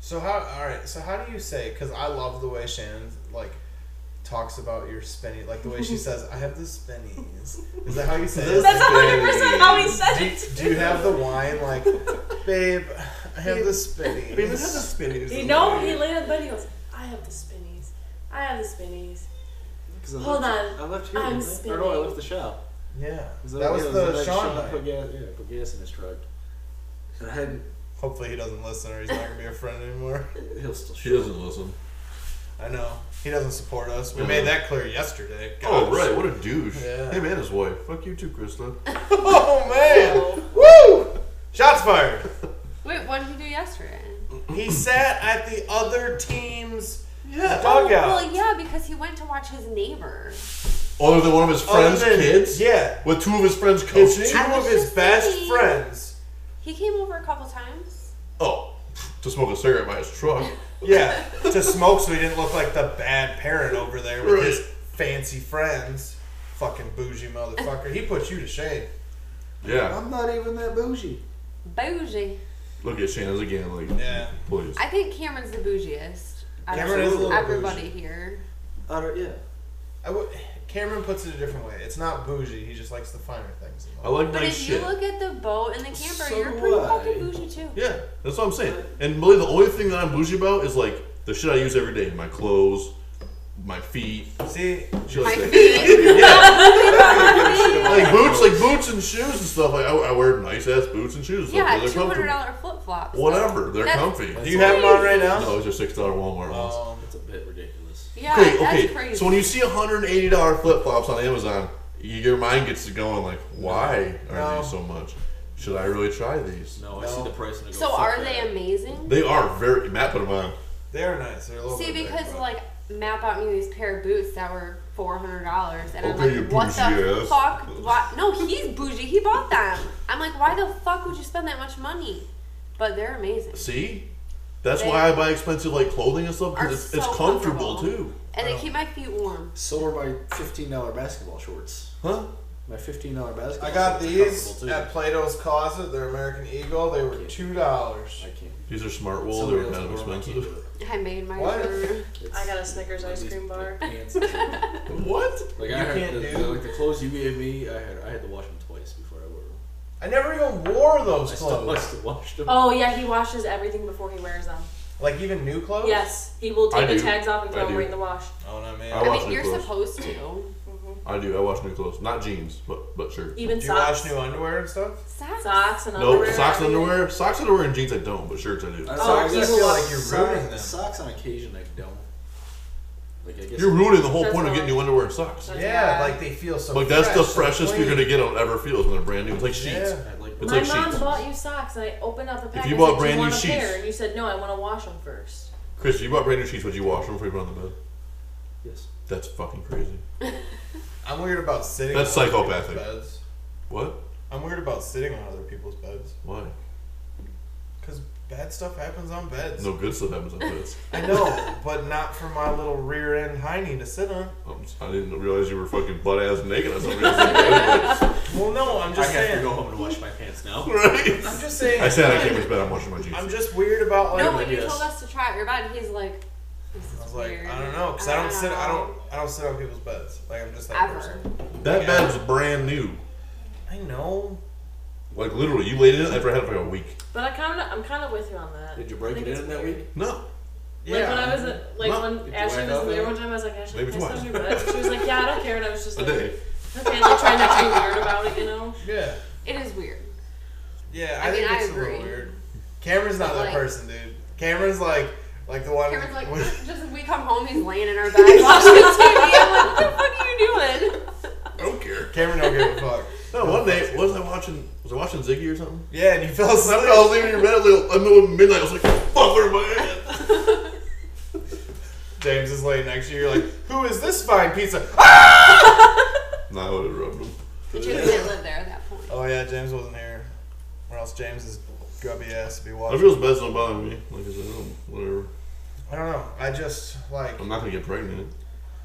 Speaker 1: So how? All right. So how do you say? Because I love the way Shannon like talks about your spinny, like the way she says, "I have the spinnies." Is that how you say it?
Speaker 3: That's hundred percent how he said
Speaker 1: do,
Speaker 3: it.
Speaker 1: do you have the wine? [LAUGHS] Like, babe, I have the spinnies.
Speaker 2: Babe, this is spinning.
Speaker 3: He no, he laid on the bed. He goes, "I have the spinnies. I have the spinnies."
Speaker 7: 'Cause I
Speaker 3: Hold
Speaker 7: left-
Speaker 3: on.
Speaker 7: I left here.
Speaker 3: I'm
Speaker 7: didn't I? Or no, I
Speaker 3: spinning.
Speaker 7: left the shop.
Speaker 1: Yeah,
Speaker 7: Was
Speaker 1: that was
Speaker 7: yeah,
Speaker 1: the
Speaker 7: night
Speaker 1: Sean
Speaker 7: I Put
Speaker 1: night.
Speaker 7: gas, yeah, I put gas in his truck. And I hadn't.
Speaker 1: Hopefully he doesn't listen, or he's not gonna be a friend [LAUGHS] anymore.
Speaker 7: He'll still
Speaker 2: She
Speaker 7: shoot.
Speaker 2: doesn't listen.
Speaker 1: I know he doesn't support us. We
Speaker 2: Mhm.
Speaker 1: made that clear yesterday.
Speaker 2: Oh,
Speaker 1: gosh.
Speaker 2: right, what a douche.
Speaker 1: Yeah.
Speaker 2: Him and his wife. Fuck you too, Krista.
Speaker 1: [LAUGHS] Oh [LAUGHS] man! Woo! Shots fired.
Speaker 5: Wait, what did he do yesterday?
Speaker 1: He sat at the other team's
Speaker 2: Yeah.
Speaker 1: dugout.
Speaker 5: Oh, well, yeah, because he went to watch his neighbor.
Speaker 2: Other than one of his friends'
Speaker 1: Other than-
Speaker 2: kids? Oh.
Speaker 1: Yeah.
Speaker 2: With two of his friends
Speaker 1: His
Speaker 2: coaching?
Speaker 1: two
Speaker 5: I
Speaker 1: of
Speaker 5: was
Speaker 1: his
Speaker 5: just
Speaker 1: best
Speaker 5: saying.
Speaker 1: friends.
Speaker 5: He came over a couple times.
Speaker 2: Oh, to smoke a cigarette by his truck.
Speaker 1: Yeah. to smoke so he didn't look like the bad parent over there with
Speaker 2: Right.
Speaker 1: his fancy friends. Fucking bougie motherfucker. He put you to shame.
Speaker 2: Yeah.
Speaker 6: I'm not even that bougie.
Speaker 5: Bougie.
Speaker 2: Look at Shannon's again, like,
Speaker 1: Yeah.
Speaker 2: please.
Speaker 5: I think Cameron's the bougiest. out of
Speaker 1: Cameron is a little
Speaker 5: everybody here.
Speaker 7: Utter, yeah.
Speaker 1: I w- Cameron puts it a different way. It's not bougie. He just likes the finer things. in
Speaker 2: I
Speaker 1: life.
Speaker 2: like
Speaker 5: But
Speaker 2: nice
Speaker 5: if
Speaker 2: shit.
Speaker 5: you look at the boat and the camper,
Speaker 7: So
Speaker 5: you're
Speaker 7: do
Speaker 5: pretty
Speaker 7: I.
Speaker 5: fucking bougie too.
Speaker 2: yeah, that's what I'm saying. And really, the only thing that I'm bougie about is like the shit I use every day my clothes, my feet.
Speaker 1: See,
Speaker 2: shit
Speaker 5: My
Speaker 2: like
Speaker 5: [LAUGHS]
Speaker 2: that.
Speaker 5: feet.
Speaker 2: yeah.
Speaker 5: [LAUGHS]
Speaker 2: like boots, like boots and shoes and stuff. Like I, I wear nice ass boots and shoes. and
Speaker 5: yeah,
Speaker 2: stuff,
Speaker 5: two
Speaker 2: but
Speaker 5: hundred
Speaker 2: they're comfortable.
Speaker 5: dollar flip flops.
Speaker 2: Whatever, they're
Speaker 5: That's-
Speaker 2: comfy.
Speaker 1: do you have them on right now?
Speaker 2: No, it's just six dollar Walmart ones.
Speaker 1: Um,
Speaker 4: That's a bit ridiculous.
Speaker 5: Yeah,
Speaker 2: okay,
Speaker 5: that's
Speaker 2: okay.
Speaker 5: crazy.
Speaker 2: So when you see hundred and eighty dollar flip flops on Amazon, you, your mind gets to going like, why are
Speaker 1: No.
Speaker 2: these so much? Should I really try these?
Speaker 4: No, I see
Speaker 1: No.
Speaker 4: the price and I go.
Speaker 5: So
Speaker 4: "Fuck
Speaker 5: are
Speaker 4: that."
Speaker 5: they amazing?
Speaker 2: They are very. Matt put them on.
Speaker 1: they are nice. They're a little
Speaker 5: See,
Speaker 1: bit big,
Speaker 5: because
Speaker 1: but-
Speaker 5: like Matt bought me these pair of boots that were four hundred dollars, and
Speaker 2: Okay,
Speaker 5: I'm
Speaker 2: you
Speaker 5: like, what the
Speaker 2: bougie ass.
Speaker 5: fuck? Why? No, he's bougie. He bought them. I'm like, why the fuck would you spend that much money? But they're amazing,
Speaker 2: See, that's
Speaker 5: They
Speaker 2: why I buy expensive like clothing and stuff
Speaker 5: are
Speaker 2: because it's, it's
Speaker 5: so
Speaker 2: comfortable,
Speaker 5: comfortable.
Speaker 2: too.
Speaker 5: and they keep my feet warm.
Speaker 7: So are my fifteen dollar basketball shorts.
Speaker 2: Huh?
Speaker 7: My fifteen dollar basketball.
Speaker 1: I got
Speaker 7: shorts are
Speaker 1: these
Speaker 7: comfortable, too.
Speaker 1: at Plato's Closet. They're American Eagle. They were two dollars.
Speaker 7: I can't.
Speaker 2: These are smart wool.
Speaker 7: Somebody
Speaker 2: They're
Speaker 7: else
Speaker 2: kind of
Speaker 7: will wear 'em, I can't
Speaker 2: expensive.
Speaker 7: do it.
Speaker 5: I made my.
Speaker 1: What?
Speaker 5: own.
Speaker 7: It's-
Speaker 3: I got a Snickers ice
Speaker 7: these
Speaker 3: cream bar. [LAUGHS]
Speaker 7: pants and shit.
Speaker 2: [LAUGHS] what?
Speaker 7: Like
Speaker 1: You
Speaker 7: I had
Speaker 1: can't
Speaker 7: the,
Speaker 1: do-
Speaker 7: the- like the clothes you gave me, I had I had to wash them twice before I wore them.
Speaker 1: I never even wore those
Speaker 7: I still
Speaker 1: clothes.
Speaker 7: must have washed them.
Speaker 3: Oh yeah, he washes everything before he wears them.
Speaker 1: Like even new clothes.
Speaker 3: Yes, he will
Speaker 2: I
Speaker 3: take the
Speaker 2: do.
Speaker 3: tags off and
Speaker 2: I
Speaker 3: throw them
Speaker 2: do.
Speaker 3: right in the wash.
Speaker 1: Oh no, man.
Speaker 2: I
Speaker 5: I
Speaker 2: wash
Speaker 5: mean,
Speaker 2: new
Speaker 5: you're
Speaker 2: clothes.
Speaker 5: supposed to.
Speaker 2: I do. I wash new clothes, not jeans, but but sure.
Speaker 3: Even
Speaker 1: Do you
Speaker 3: socks.
Speaker 1: wash new underwear and stuff?
Speaker 5: Socks.
Speaker 3: socks and
Speaker 2: No
Speaker 3: underwear.
Speaker 2: socks, and
Speaker 3: everything.
Speaker 2: underwear, socks, and underwear, and jeans. I don't, but shirts I do.
Speaker 7: I-
Speaker 1: Oh, you
Speaker 7: I
Speaker 1: feel
Speaker 7: guess
Speaker 1: like you're
Speaker 7: socks-
Speaker 1: ruining them.
Speaker 7: Socks on occasion I don't. Like I guess
Speaker 2: You're ruining the whole
Speaker 3: That's
Speaker 2: point of
Speaker 3: all.
Speaker 2: getting new underwear and socks.
Speaker 3: That's
Speaker 1: Yeah,
Speaker 3: bad.
Speaker 1: like they feel so.
Speaker 2: Like that's the
Speaker 1: fresh, so
Speaker 2: freshest you're
Speaker 1: clean.
Speaker 2: gonna get on ever feels when they're brand new. It's like sheets.
Speaker 1: Yeah.
Speaker 7: I'd like
Speaker 2: It's
Speaker 3: My
Speaker 2: like
Speaker 3: mom
Speaker 2: sheets.
Speaker 3: bought you socks, and I opened up the pack.
Speaker 2: If you
Speaker 3: I
Speaker 2: bought
Speaker 3: said,
Speaker 2: brand
Speaker 3: Do you
Speaker 2: new
Speaker 3: want a
Speaker 2: sheets-
Speaker 3: pair?" and you said, "No, I want to wash them first.
Speaker 2: Chris, you bought brand new sheets. Would you wash them before you put on the bed?
Speaker 7: yes.
Speaker 2: That's fucking crazy.
Speaker 1: I'm weird about sitting.
Speaker 2: That's
Speaker 1: on other people's
Speaker 2: psychopathic.
Speaker 1: Beds.
Speaker 2: What?
Speaker 1: I'm weird about sitting on other people's beds
Speaker 2: Why?
Speaker 1: because bad stuff happens on beds.
Speaker 2: No good stuff happens on beds.
Speaker 1: I know, but not for my little rear end hiney to sit on.
Speaker 2: I'm s- I didn't realize you were fucking butt ass naked on somebody else's
Speaker 1: [LAUGHS]
Speaker 2: bed.
Speaker 1: Well, no, I'm
Speaker 4: I
Speaker 1: just
Speaker 4: have to
Speaker 1: saying.
Speaker 4: go home and wash my pants now.
Speaker 2: Right?
Speaker 1: I'm just saying.
Speaker 2: I said I can't reach bed. I'm washing my jeans.
Speaker 1: I'm just weird about like.
Speaker 5: No, when you
Speaker 4: Yes.
Speaker 5: told us to try it, your body, he's like, this is
Speaker 1: I was like,
Speaker 5: weird.
Speaker 1: I don't know, cause I don't sit, I
Speaker 5: know.
Speaker 1: don't, I don't sit on people's beds. Like I'm just that
Speaker 5: Ever.
Speaker 1: person.
Speaker 2: That bed's brand new.
Speaker 1: I know.
Speaker 2: Like literally, you laid in it after I had it for like a week.
Speaker 3: But I kind of, I'm kind of with you on that.
Speaker 7: Did you break
Speaker 3: I
Speaker 7: it
Speaker 3: think
Speaker 7: in
Speaker 3: it's
Speaker 7: that
Speaker 3: weird.
Speaker 7: week?
Speaker 2: No.
Speaker 3: Like when I was at, like
Speaker 2: No.
Speaker 3: when
Speaker 7: Did you
Speaker 3: Ashley
Speaker 7: wind
Speaker 3: was
Speaker 7: up
Speaker 3: there
Speaker 7: there?
Speaker 3: one time, I was like, Ashley,
Speaker 2: Maybe
Speaker 3: can I
Speaker 2: twice.
Speaker 3: sit on your bed? She was like, Yeah, I don't care, and I was [LAUGHS] just
Speaker 2: A
Speaker 3: like,
Speaker 2: day.
Speaker 3: Okay, like trying not to be weird about it, you know.
Speaker 1: Yeah.
Speaker 5: It is weird.
Speaker 1: Yeah,
Speaker 5: I
Speaker 1: I,
Speaker 5: mean,
Speaker 1: think
Speaker 5: I
Speaker 1: it's a
Speaker 5: agree.
Speaker 1: little weird. Cameron's not that
Speaker 5: Like-
Speaker 1: person, dude. Cameron's like like the one. [LAUGHS]
Speaker 5: Cameron's like,
Speaker 1: when-
Speaker 5: just we come home, he's laying in our bed [LAUGHS] watching TV. I'm like, what the fuck are you doing?
Speaker 2: I don't care.
Speaker 1: Cameron don't give a fuck.
Speaker 2: No, one day was I watching? Was I watching Ziggy or something?
Speaker 1: Yeah, and you fell
Speaker 2: I
Speaker 1: asleep.
Speaker 2: was leaving your bed at like, middle of midnight. I was like, "Fuck, where my head?"
Speaker 1: James is laying next to you. You're like, who is this fine pizza? Ah!
Speaker 2: Nah, I would have rubbed him.
Speaker 5: But you didn't live there at that point.
Speaker 1: Oh yeah, James wasn't here. Or else James is grubby ass to be
Speaker 2: I
Speaker 1: watching.
Speaker 2: feel Oh, best don't bother me. Like I said, oh, whatever.
Speaker 1: I don't know. I just like.
Speaker 2: I'm not gonna get pregnant.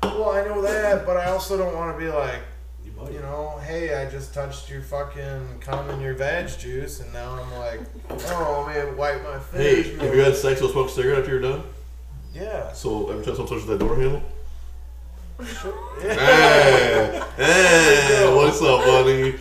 Speaker 1: Well, I know that, but I also don't want to be like,
Speaker 7: You might.
Speaker 1: you know, hey, I just touched your fucking cum and your veg juice, and now I'm like, oh man, wipe my
Speaker 2: Hey,
Speaker 1: face.
Speaker 2: if you had sex, you'll smoke a cigarette after you're done.
Speaker 1: yeah.
Speaker 2: So every time someone touches that door handle,
Speaker 1: yeah.
Speaker 2: hey, hey, what's up, buddy?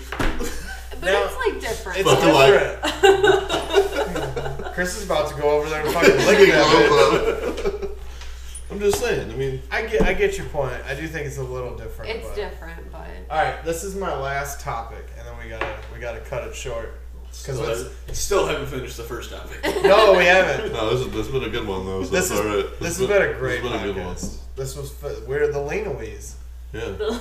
Speaker 5: But
Speaker 1: Now-
Speaker 5: it's like different.
Speaker 1: It's
Speaker 2: Fuck the light.
Speaker 1: different. Chris is about to go over there and fucking lick that. bitch.
Speaker 2: [LAUGHS] I'm just saying. I mean,
Speaker 1: I get, I get your point. I do think it's a little different.
Speaker 5: It's
Speaker 1: but.
Speaker 5: different, but
Speaker 1: All right, this is my last topic, and then we gotta, we gotta cut it short. Because
Speaker 4: Still, haven't- still haven't finished the
Speaker 3: [LAUGHS]
Speaker 4: first topic.
Speaker 1: no, we
Speaker 2: [LAUGHS]
Speaker 1: haven't.
Speaker 2: no, this, is, this has been a good one though. So
Speaker 1: This
Speaker 2: it's
Speaker 1: is-
Speaker 2: all right.
Speaker 1: This has been a great
Speaker 2: This has been a good one.
Speaker 1: podcast. This was f- we're the Lena Wees.
Speaker 2: Yeah.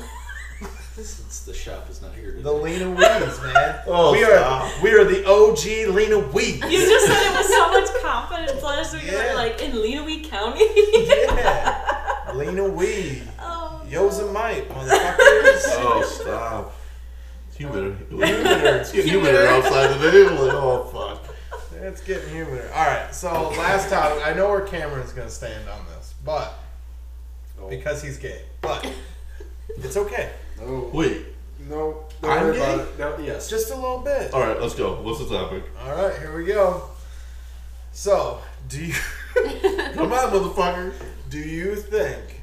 Speaker 4: Since the shop is not here today.
Speaker 1: The Lena Wees, man.
Speaker 2: Oh,
Speaker 1: we are we are the OG Lena Wees.
Speaker 3: [LAUGHS] You just said it with so much confidence last week.
Speaker 1: Yeah.
Speaker 3: Yeah. Like in Lenawee
Speaker 1: [LAUGHS]
Speaker 3: County. [LAUGHS]
Speaker 1: Yeah, Lena Wees.
Speaker 3: oh,
Speaker 1: Yo's and Mike,
Speaker 2: [LAUGHS]
Speaker 1: motherfuckers.
Speaker 2: Oh, stop. It's humid.
Speaker 1: Humider.
Speaker 2: It's getting humider outside today. I'm like, oh, fuck.
Speaker 1: It's getting humider. All right, so last topic. I know where Cameron's gonna stand on this, but
Speaker 7: No.
Speaker 1: because he's gay, but it's okay.
Speaker 7: No.
Speaker 2: Wait.
Speaker 7: No. Don't
Speaker 1: I'm
Speaker 7: worry
Speaker 1: gay?
Speaker 7: about it. No, yes.
Speaker 1: Just a little bit.
Speaker 2: All right, let's go. What's the topic?
Speaker 1: All right, here we go. So, do you [LAUGHS]
Speaker 2: Come on, motherfucker.
Speaker 1: do you think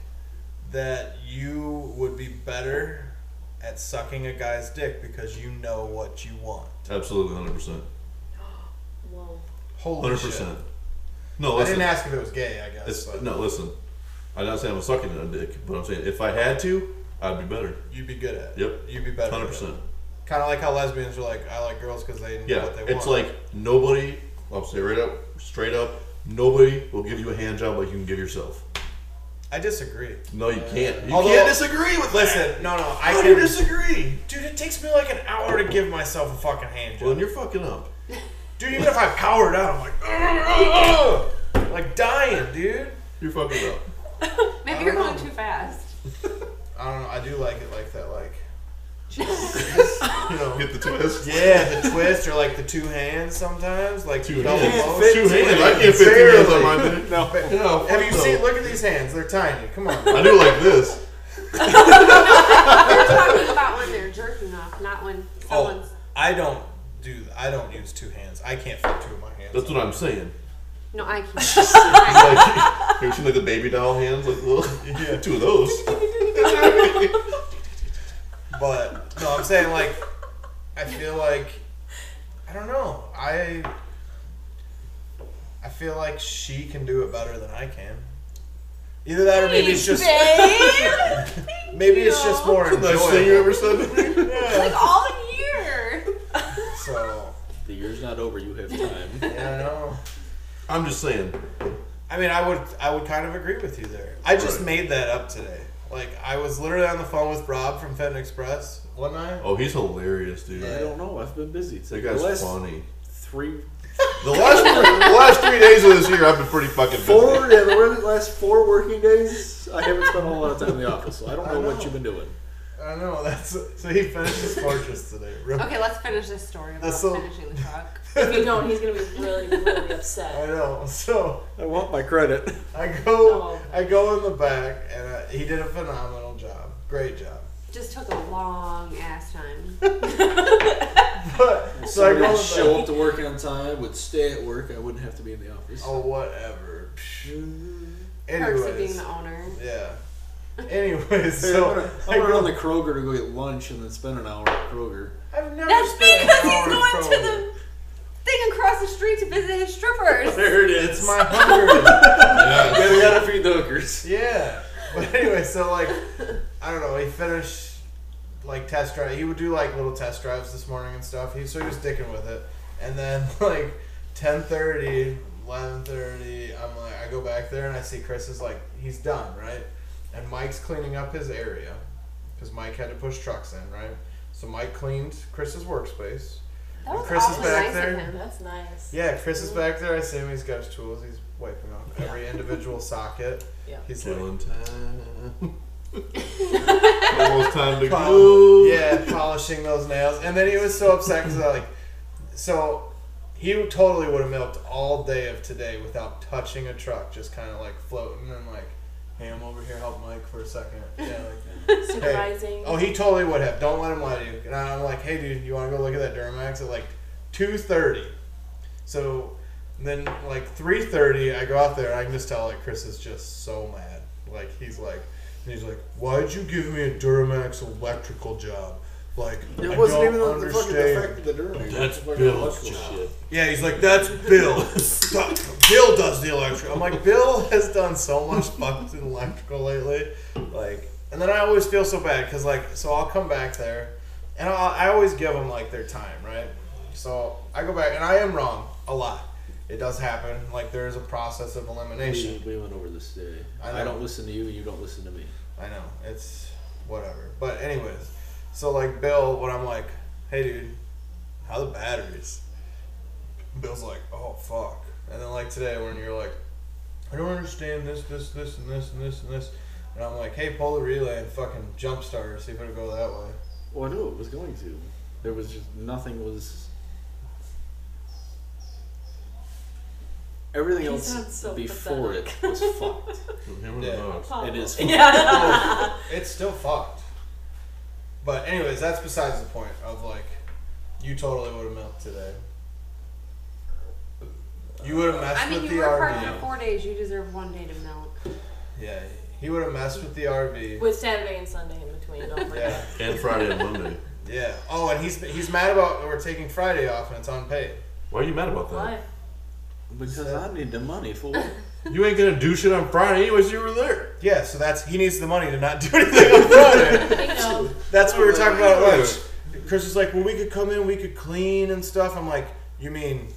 Speaker 1: that you would be better at sucking a guy's dick because you know what you want?
Speaker 2: Absolutely, 100%.
Speaker 3: whoa.
Speaker 1: Holy
Speaker 2: 100%.
Speaker 1: shit!
Speaker 2: No,
Speaker 1: I
Speaker 2: listen.
Speaker 1: didn't ask if it was gay. I guess
Speaker 2: It's,
Speaker 1: but
Speaker 2: no, listen. I'm not saying I'm sucking a dick, but I'm saying if I had to, I'd be better.
Speaker 1: you'd be good at. it.
Speaker 2: Yep.
Speaker 1: You'd be better.
Speaker 2: 100%.
Speaker 1: Kind of like how lesbians are like, I like girls because they know
Speaker 2: Yeah,
Speaker 1: what they
Speaker 2: it's
Speaker 1: want.
Speaker 2: like nobody, I'll say right up, straight up, nobody will give you a hand job like you can give yourself.
Speaker 1: I disagree.
Speaker 2: No, you can't. You
Speaker 1: Although-
Speaker 2: can't disagree with that.
Speaker 1: Listen, no, no, I
Speaker 2: How do
Speaker 1: can.
Speaker 2: you disagree?
Speaker 1: Dude, it takes me like an hour to give myself a fucking hand
Speaker 2: Well,
Speaker 1: job.
Speaker 2: then you're fucking up.
Speaker 1: Dude, even if I powered out, I'm like, "Ugh, ugh, ugh," like dying, dude.
Speaker 2: You're fucking up.
Speaker 5: maybe
Speaker 1: I
Speaker 5: you're
Speaker 1: don't
Speaker 5: going
Speaker 1: know.
Speaker 5: too fast.
Speaker 1: I don't know. I do like it like that, like. [LAUGHS] you know.
Speaker 2: Get the twist.
Speaker 1: Yeah, the twist or like the two hands sometimes, like
Speaker 2: Two
Speaker 1: double
Speaker 2: hands.
Speaker 1: motion.
Speaker 2: Two hands. I can't fit two hands on my
Speaker 1: [LAUGHS]
Speaker 2: dick.
Speaker 1: No, but-
Speaker 2: No, fuck
Speaker 1: have you
Speaker 2: no.
Speaker 1: seen? Look at these hands. They're tiny. Come on.
Speaker 2: I do like this.
Speaker 5: We're talking about when they're jerking off, not when someone's.
Speaker 1: Oh, I don't do. I don't use two hands. I can't fit two of my hands.
Speaker 2: That's what I'm saying.
Speaker 5: No, I can't.
Speaker 1: [LAUGHS]
Speaker 2: It's Like, you ever seen like the baby doll hands? Like little, yeah. [LAUGHS] two of those.
Speaker 1: But no, I'm saying like, I feel like, I don't know. I. I feel like she can do it better than I can. Either that, or maybe it's
Speaker 3: [LAUGHS]
Speaker 1: just
Speaker 5: Babe!
Speaker 1: maybe it's just more
Speaker 2: Nice thing you
Speaker 1: enjoyable.
Speaker 2: ever said to me.
Speaker 5: like all year!
Speaker 1: So
Speaker 4: the year's not over. You have [LAUGHS] time.
Speaker 1: yeah, I know.
Speaker 2: I'm just saying.
Speaker 1: I mean, I would I would kind of agree with you there. I just
Speaker 2: Right.
Speaker 1: made that up today. Like I was literally on the phone with Rob from Fenton Express, wasn't I?
Speaker 2: Oh, he's hilarious, dude.
Speaker 4: I don't know. I've been busy.
Speaker 2: That
Speaker 4: Today.
Speaker 2: guy's
Speaker 4: the last
Speaker 2: funny.
Speaker 4: three,
Speaker 2: The last three, the last three days of this year, I've been pretty fucking busy.
Speaker 4: four, yeah, the last four working days, I haven't spent a whole lot of time in the office, so I don't know,
Speaker 1: know.
Speaker 4: what you've been doing.
Speaker 1: I know that's so he finished his fortress today. Real-
Speaker 5: Okay, let's finish this story about
Speaker 1: That's so-
Speaker 5: finishing the truck.
Speaker 3: If you don't, he's gonna be really, really
Speaker 1: I
Speaker 3: upset.
Speaker 1: know. So
Speaker 4: I want my credit.
Speaker 1: I go
Speaker 3: Oh.
Speaker 1: I go in the back and I, he did a phenomenal job. Great
Speaker 5: [LAUGHS]
Speaker 1: job.
Speaker 5: Just took a long ass time.
Speaker 1: But so I
Speaker 4: So I
Speaker 1: go in
Speaker 4: would
Speaker 1: the
Speaker 4: show up to work on time, would stay at work, I wouldn't have to be in the office.
Speaker 1: Oh whatever. Psh.
Speaker 5: Perks of being
Speaker 1: Anyways.
Speaker 5: the owner.
Speaker 1: Yeah.
Speaker 4: [LAUGHS]
Speaker 1: Anyways,
Speaker 4: Hey,
Speaker 1: so
Speaker 4: I'm
Speaker 1: I
Speaker 4: gonna, I'm gonna
Speaker 1: go-
Speaker 4: run the Kroger to go get lunch and then spend an hour at Kroger.
Speaker 1: I've never
Speaker 5: That's
Speaker 1: spent an
Speaker 5: because he's
Speaker 1: hour in
Speaker 5: going
Speaker 1: Kroger.
Speaker 5: to the thing across the street to visit his strippers.
Speaker 4: There it is.
Speaker 1: It's my
Speaker 4: [LAUGHS]
Speaker 1: hunger.
Speaker 2: Yeah.
Speaker 4: gotta, gotta feed the hookers.
Speaker 1: yeah. [LAUGHS] But anyway, so like, I don't know. He finished like test drive. He would do like little test drives this morning and stuff. He so he was dicking with it, and then [LAUGHS] like 10.30, 11.30, I'm like, I go back there and I see Chris is like, he's done, right? And Mike's cleaning up his area because Mike had to push trucks in, right? So Mike cleaned Chris's workspace.
Speaker 5: That was
Speaker 1: Chris is
Speaker 5: awfully
Speaker 1: back
Speaker 5: nice
Speaker 1: there.
Speaker 5: of him.
Speaker 3: That's nice.
Speaker 1: Yeah, Chris is back there. I see him. He's got his tools. He's wiping off every individual socket.
Speaker 3: Yeah.
Speaker 1: He's like,
Speaker 2: Killing time. Almost time
Speaker 1: Pol-
Speaker 2: to go.
Speaker 1: yeah, polishing those nails. And then he was so upset because like, so he totally would have milked all day of today without touching a truck, just kind of like floating and like, hey, I'm over here help Mike for a second. Yeah, like,
Speaker 3: Supervising.
Speaker 1: oh, he totally would have. Don't let him let you. And I'm like, hey, dude, you want to go look at that Duramax at like two thirty? So then like three thirty, I go out there. and I can just tell like Chris is just so mad. Like he's like, and he's like, why'd you give me a Duramax electrical job? Like I
Speaker 6: It wasn't
Speaker 1: don't
Speaker 6: even the- the fucking
Speaker 1: understand.
Speaker 6: effect of the Duramax.
Speaker 2: That's
Speaker 6: It's fucking
Speaker 2: Bill's
Speaker 6: electrical.
Speaker 2: job.
Speaker 1: Yeah, he's like, that's Bill. [LAUGHS] Stop. Bill does the electrical. I'm like, Bill has done so much fucking electrical lately. Like, and then I always feel so bad because, like, so I'll come back there and I'll, I always give them, like, their time, right? So I go back and I am wrong a lot. It does happen. Like, there is a process of elimination.
Speaker 4: We, we went over this today.
Speaker 1: I
Speaker 4: I,
Speaker 1: know.
Speaker 4: don't listen to you. You don't listen to me.
Speaker 1: I know. It's whatever. But anyways, so like Bill, when I'm like, hey dude, how the batteries? Bill's like, oh fuck. And then like today when you're like, I don't understand this, this, this, and this, and this, and this. And I'm like, hey, pull the relay and fucking jump start her, see if it'll go that way.
Speaker 4: Well, I knew it was going to. There was just nothing was. Everything
Speaker 3: You sound
Speaker 4: else
Speaker 3: so
Speaker 4: before
Speaker 3: pathetic.
Speaker 4: it was fucked.
Speaker 2: Him or the
Speaker 1: Yeah.
Speaker 2: dogs?
Speaker 4: It
Speaker 3: [LAUGHS]
Speaker 4: is
Speaker 3: Yeah.
Speaker 1: It's still fucked. But anyways, that's besides the point of like, you totally would have milked today. You would have messed
Speaker 5: I mean,
Speaker 1: with
Speaker 5: you
Speaker 1: the
Speaker 5: work
Speaker 1: RV.
Speaker 5: hard for four days. You deserve one day to milk.
Speaker 1: Yeah, he would have messed with the RV.
Speaker 3: With Saturday and Sunday in between. Don't forget.
Speaker 1: Yeah,
Speaker 2: And Friday and Monday.
Speaker 1: yeah. Oh, and he's he's mad about that we're taking Friday off and it's unpaid.
Speaker 2: Why are you mad about that?
Speaker 3: [LAUGHS] Why?
Speaker 4: because I need the
Speaker 3: [LAUGHS]
Speaker 4: money for.
Speaker 2: You ain't gonna do shit on Friday anyways. You were there.
Speaker 1: Yeah, so that's he needs the money to not [LAUGHS] do anything on Friday.
Speaker 3: [LAUGHS] I know.
Speaker 1: that's what we were talking about at lunch. Chris was like, "Well, we could come in, we could clean and stuff." I'm like, "You mean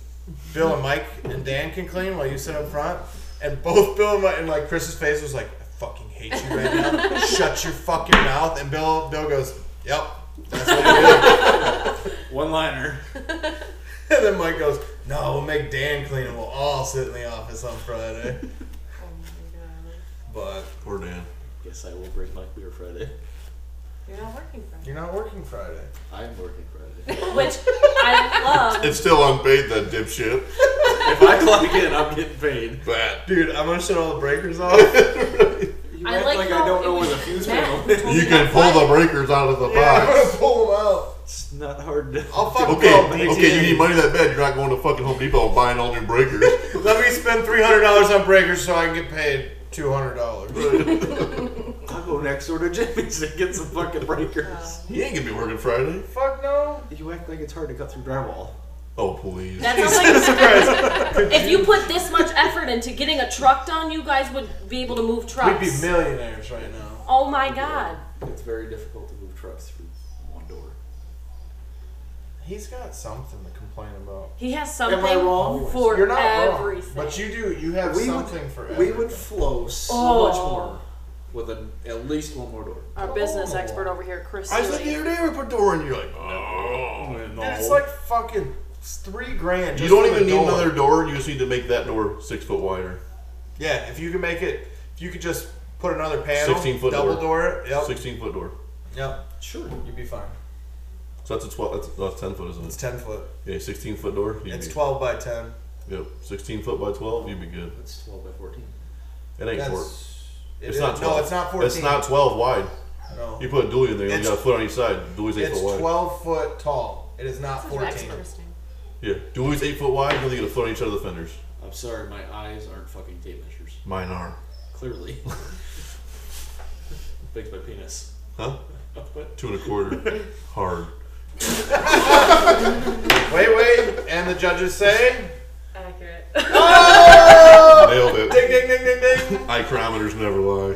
Speaker 1: Bill and Mike and Dan can clean while you sit up front?" And both Bill and Mike and like Chris's face was like, "I fucking hate you right now. Shut your fucking mouth." And Bill Bill goes, "Yep, that's what we do."
Speaker 4: One liner.
Speaker 1: [LAUGHS] And then Mike goes, No, we'll make Dan clean and we'll all sit in the office on [LAUGHS] Friday.
Speaker 3: Oh my god.
Speaker 1: But
Speaker 2: Poor Dan.
Speaker 4: Guess I will bring my beer Friday.
Speaker 3: You're not working Friday.
Speaker 1: you're not working Friday.
Speaker 4: I'm working
Speaker 3: [LAUGHS]
Speaker 4: Friday.
Speaker 3: Which I love.
Speaker 2: It's still unpaid. That dipshit.
Speaker 4: if I clock in, I'm getting paid.
Speaker 2: Bad.
Speaker 1: Dude, I'm gonna shut all the breakers [LAUGHS] off.
Speaker 6: You
Speaker 3: I
Speaker 6: act
Speaker 3: like
Speaker 6: like
Speaker 3: how
Speaker 6: I don't
Speaker 3: it
Speaker 6: know where
Speaker 3: was
Speaker 6: the fuse
Speaker 3: Matt
Speaker 6: panel
Speaker 3: who [LAUGHS]
Speaker 6: is.
Speaker 3: told
Speaker 2: You
Speaker 3: me
Speaker 2: can
Speaker 3: that
Speaker 2: pull
Speaker 3: Friday.
Speaker 2: the breakers out of the
Speaker 1: yeah, I'm [LAUGHS] gonna
Speaker 2: box.
Speaker 1: pull them out.
Speaker 4: It's not hard to.
Speaker 1: I'll fucking call
Speaker 2: Okay,
Speaker 1: DT.
Speaker 2: okay, you need money that bad. You're not going to fucking Home Depot and buying all new breakers.
Speaker 1: Let me spend $300 on breakers so I can get paid $200.
Speaker 4: I'll go next door to Jimmy's and get some fucking breakers.
Speaker 2: he ain't gonna be working Friday.
Speaker 1: [LAUGHS] Fuck no.
Speaker 4: You act like it's hard to cut through drywall.
Speaker 2: Oh please.
Speaker 3: That
Speaker 1: [LAUGHS]
Speaker 3: sounds like if you put this much effort into getting a truck done, you guys would be able to move
Speaker 1: We'd
Speaker 3: trucks.
Speaker 1: be millionaires right now.
Speaker 3: oh my god.
Speaker 4: It's very difficult to move trucks through one door.
Speaker 1: He's got something to complain about.
Speaker 3: He has something
Speaker 6: wrong?
Speaker 3: for
Speaker 1: You're not
Speaker 3: everything.
Speaker 1: wrong. But you do, you have
Speaker 6: We
Speaker 1: something
Speaker 6: would,
Speaker 1: for
Speaker 6: we
Speaker 1: everything.
Speaker 6: would flow so
Speaker 3: Oh.
Speaker 6: much more.
Speaker 4: With an, at least one more door.
Speaker 3: Our business expert over here, Chris.
Speaker 2: I said
Speaker 3: Seeley.
Speaker 2: the other day we put door in. You're like, oh.
Speaker 1: Dude, it's like fucking three grand.
Speaker 2: You
Speaker 1: just
Speaker 2: don't
Speaker 1: for the
Speaker 2: even need
Speaker 1: door.
Speaker 2: another door. You just need to make that door six foot wider.
Speaker 1: Yeah, if you can make it, if you could just put another panel,
Speaker 2: 16 foot
Speaker 1: double
Speaker 2: door.
Speaker 1: door, it. Yep,
Speaker 2: Sixteen foot door.
Speaker 1: yep,
Speaker 6: Sure.
Speaker 1: you'd be fine.
Speaker 2: So that's a twelve. That's, that's ten foot, isn't
Speaker 1: It's
Speaker 2: it?
Speaker 1: ten foot.
Speaker 2: Yeah, sixteen foot door. You'd
Speaker 1: It's
Speaker 2: be-
Speaker 1: twelve by ten.
Speaker 2: Yep, sixteen foot by twelve. You'd be good.
Speaker 4: That's 12 by 14.
Speaker 2: It ain't
Speaker 1: That's
Speaker 2: short.
Speaker 1: it
Speaker 2: It's
Speaker 1: is-
Speaker 2: not twelve.
Speaker 1: No, it's not fourteen.
Speaker 2: It's not twelve wide.
Speaker 1: No,
Speaker 2: You put a dually in there. You
Speaker 1: It's-
Speaker 2: only got a foot on each side. Dually's eight
Speaker 1: it's
Speaker 2: foot wide.
Speaker 1: twelve foot tall. It is not fourteen.
Speaker 5: Interesting.
Speaker 2: Yeah, dually's eight foot wide. You only get a foot on each side of the fenders.
Speaker 4: I'm sorry, my eyes aren't fucking tape measures.
Speaker 2: Mine are.
Speaker 7: [LAUGHS]
Speaker 4: Clearly. Big's my penis.
Speaker 2: Huh?
Speaker 4: What?
Speaker 2: Two and a quarter.
Speaker 1: [LAUGHS]
Speaker 2: Hard.
Speaker 1: Wait, wait, and the judges say,
Speaker 3: Accurate.
Speaker 2: Nailed
Speaker 1: ding,
Speaker 2: it.
Speaker 1: ding, ding, ding, ding.
Speaker 2: Eye chrometers never lie.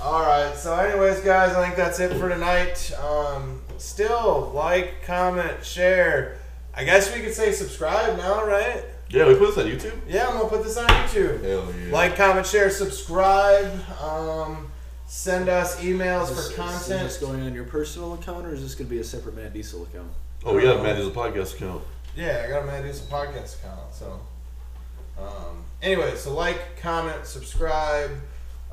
Speaker 1: All right. So, anyways, guys, I think that's it for tonight. Um, still like, comment, share. I guess we could say subscribe now, right?
Speaker 2: Yeah, we put this on YouTube.
Speaker 1: Yeah, I'm gonna put this on YouTube.
Speaker 2: Hell yeah.
Speaker 1: Like, comment, share, subscribe. Um, send us emails
Speaker 7: Is- is-
Speaker 1: for content.
Speaker 7: Is this going on your personal account or is this going to be a separate Mad Diesel account?
Speaker 2: oh, we got a Matt Diesel podcast account.
Speaker 1: Yeah, I got a Mad Diesel podcast account. So, um, anyway, so like, comment, subscribe,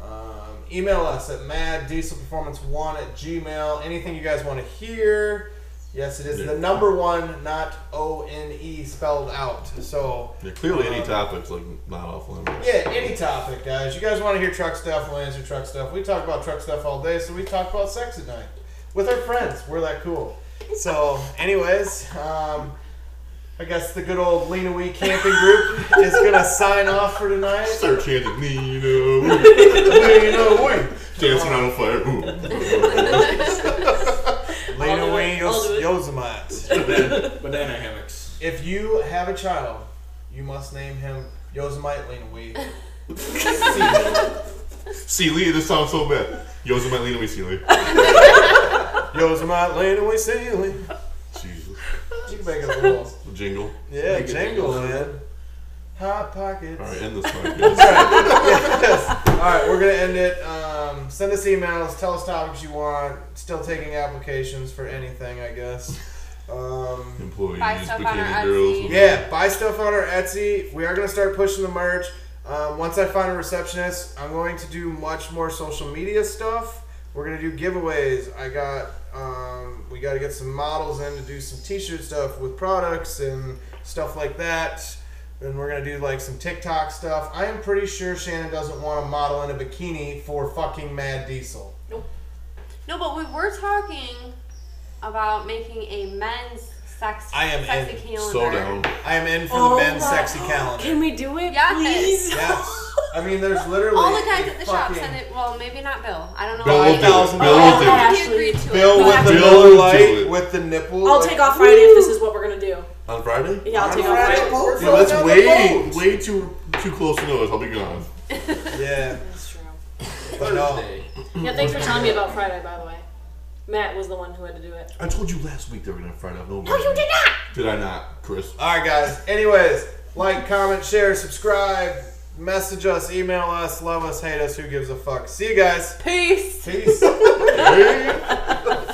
Speaker 1: um, email us at maddieselperformance1 at gmail. Anything you guys want to hear. Yes, it is the number one, not O N E spelled out. So,
Speaker 2: Yeah, clearly, any
Speaker 1: Uh,
Speaker 2: topics like not off limits.
Speaker 1: yeah, any topic, guys. You guys want to hear truck stuff? We'll answer truck stuff. We talk about truck stuff all day, so we talk about sex at night with our friends. We're that cool. So, anyways, um, I guess the good old Lean Away Camping Group is gonna sign off for tonight.
Speaker 3: [LAUGHS]
Speaker 2: Start chanting Nino, Nino, wait. Dancing on a fire.
Speaker 1: Lean
Speaker 3: I'll do
Speaker 1: Away
Speaker 3: it. I'll do it.
Speaker 1: Yosemite.
Speaker 4: [LAUGHS] Banana hammocks.
Speaker 1: If you have a child, you must name him Yosemite Lean
Speaker 3: [LAUGHS]
Speaker 1: Away.
Speaker 2: Sealy, this sounds so bad. Yosemite Lena, we Sealy.
Speaker 1: Yosemite Lean Away Ceiling.
Speaker 2: Jesus.
Speaker 1: You can make it a little.
Speaker 2: Jingle.
Speaker 1: Yeah,
Speaker 7: Make it
Speaker 1: jingle,
Speaker 7: jingle.
Speaker 1: man. Hot pockets.
Speaker 2: All right, end [LAUGHS] this podcast.
Speaker 1: All right, we're gonna end it. Um, send us emails. Tell us topics you want. Still taking applications for anything, I guess. Um,
Speaker 2: Employees,
Speaker 5: Buy stuff on our
Speaker 2: bikini
Speaker 5: Etsy.
Speaker 2: girls.
Speaker 1: yeah, buy stuff on our Etsy. We are gonna start pushing the merch. Um, once I find a receptionist, I'm going to do much more social media stuff. We're gonna do giveaways. I got. Um, we got to get some models in to do some T-shirt stuff with products and stuff like that. And we're gonna do like some TikTok stuff. I am pretty sure Shannon doesn't want a model in a bikini for fucking Mad Diesel.
Speaker 5: No, but we were talking about making a men's sex
Speaker 1: I am
Speaker 5: sexy
Speaker 1: in.
Speaker 5: calendar.
Speaker 2: So down.
Speaker 1: I am in for
Speaker 5: Oh
Speaker 1: the men's sexy calendar.
Speaker 3: [LAUGHS] Can we do it,
Speaker 5: Yes.
Speaker 3: please?
Speaker 1: yes. I mean, there's literally
Speaker 5: All the guys
Speaker 1: a
Speaker 5: at the shop
Speaker 1: fucking
Speaker 5: said it. Well, maybe not Bill. I don't know.
Speaker 2: Bill will do it.
Speaker 1: $5,000.
Speaker 2: Bill will do it.
Speaker 5: He agreed to
Speaker 1: Bill
Speaker 5: it.
Speaker 1: with the
Speaker 2: Bill
Speaker 1: Miller
Speaker 2: do
Speaker 1: Light
Speaker 2: it.
Speaker 1: with the nipple.
Speaker 3: I'll
Speaker 1: like-
Speaker 3: take off Friday if this is what we're gonna do.
Speaker 2: On Friday?
Speaker 3: Yeah, I'll
Speaker 1: On
Speaker 3: take off
Speaker 1: Friday?
Speaker 3: Friday.
Speaker 1: We're
Speaker 2: Yeah,
Speaker 1: going
Speaker 2: that's
Speaker 1: on the
Speaker 2: way,
Speaker 1: boat.
Speaker 2: way too too close to those. I'll be gone.
Speaker 1: Yeah,
Speaker 3: That's true.
Speaker 1: but no.
Speaker 4: Thursday.
Speaker 3: Yeah, thanks for telling me about Friday, by the way. Matt was the one who had to do it.
Speaker 2: I told you last week that we're gonna have Friday. No, no, you did not. Did I not, Chris?
Speaker 1: All right, guys. Anyways, like, comment, share, subscribe, message us, email us, [LAUGHS] love us, hate us. Who gives a fuck? See you guys.
Speaker 5: Peace.
Speaker 1: Peace.
Speaker 2: Hey.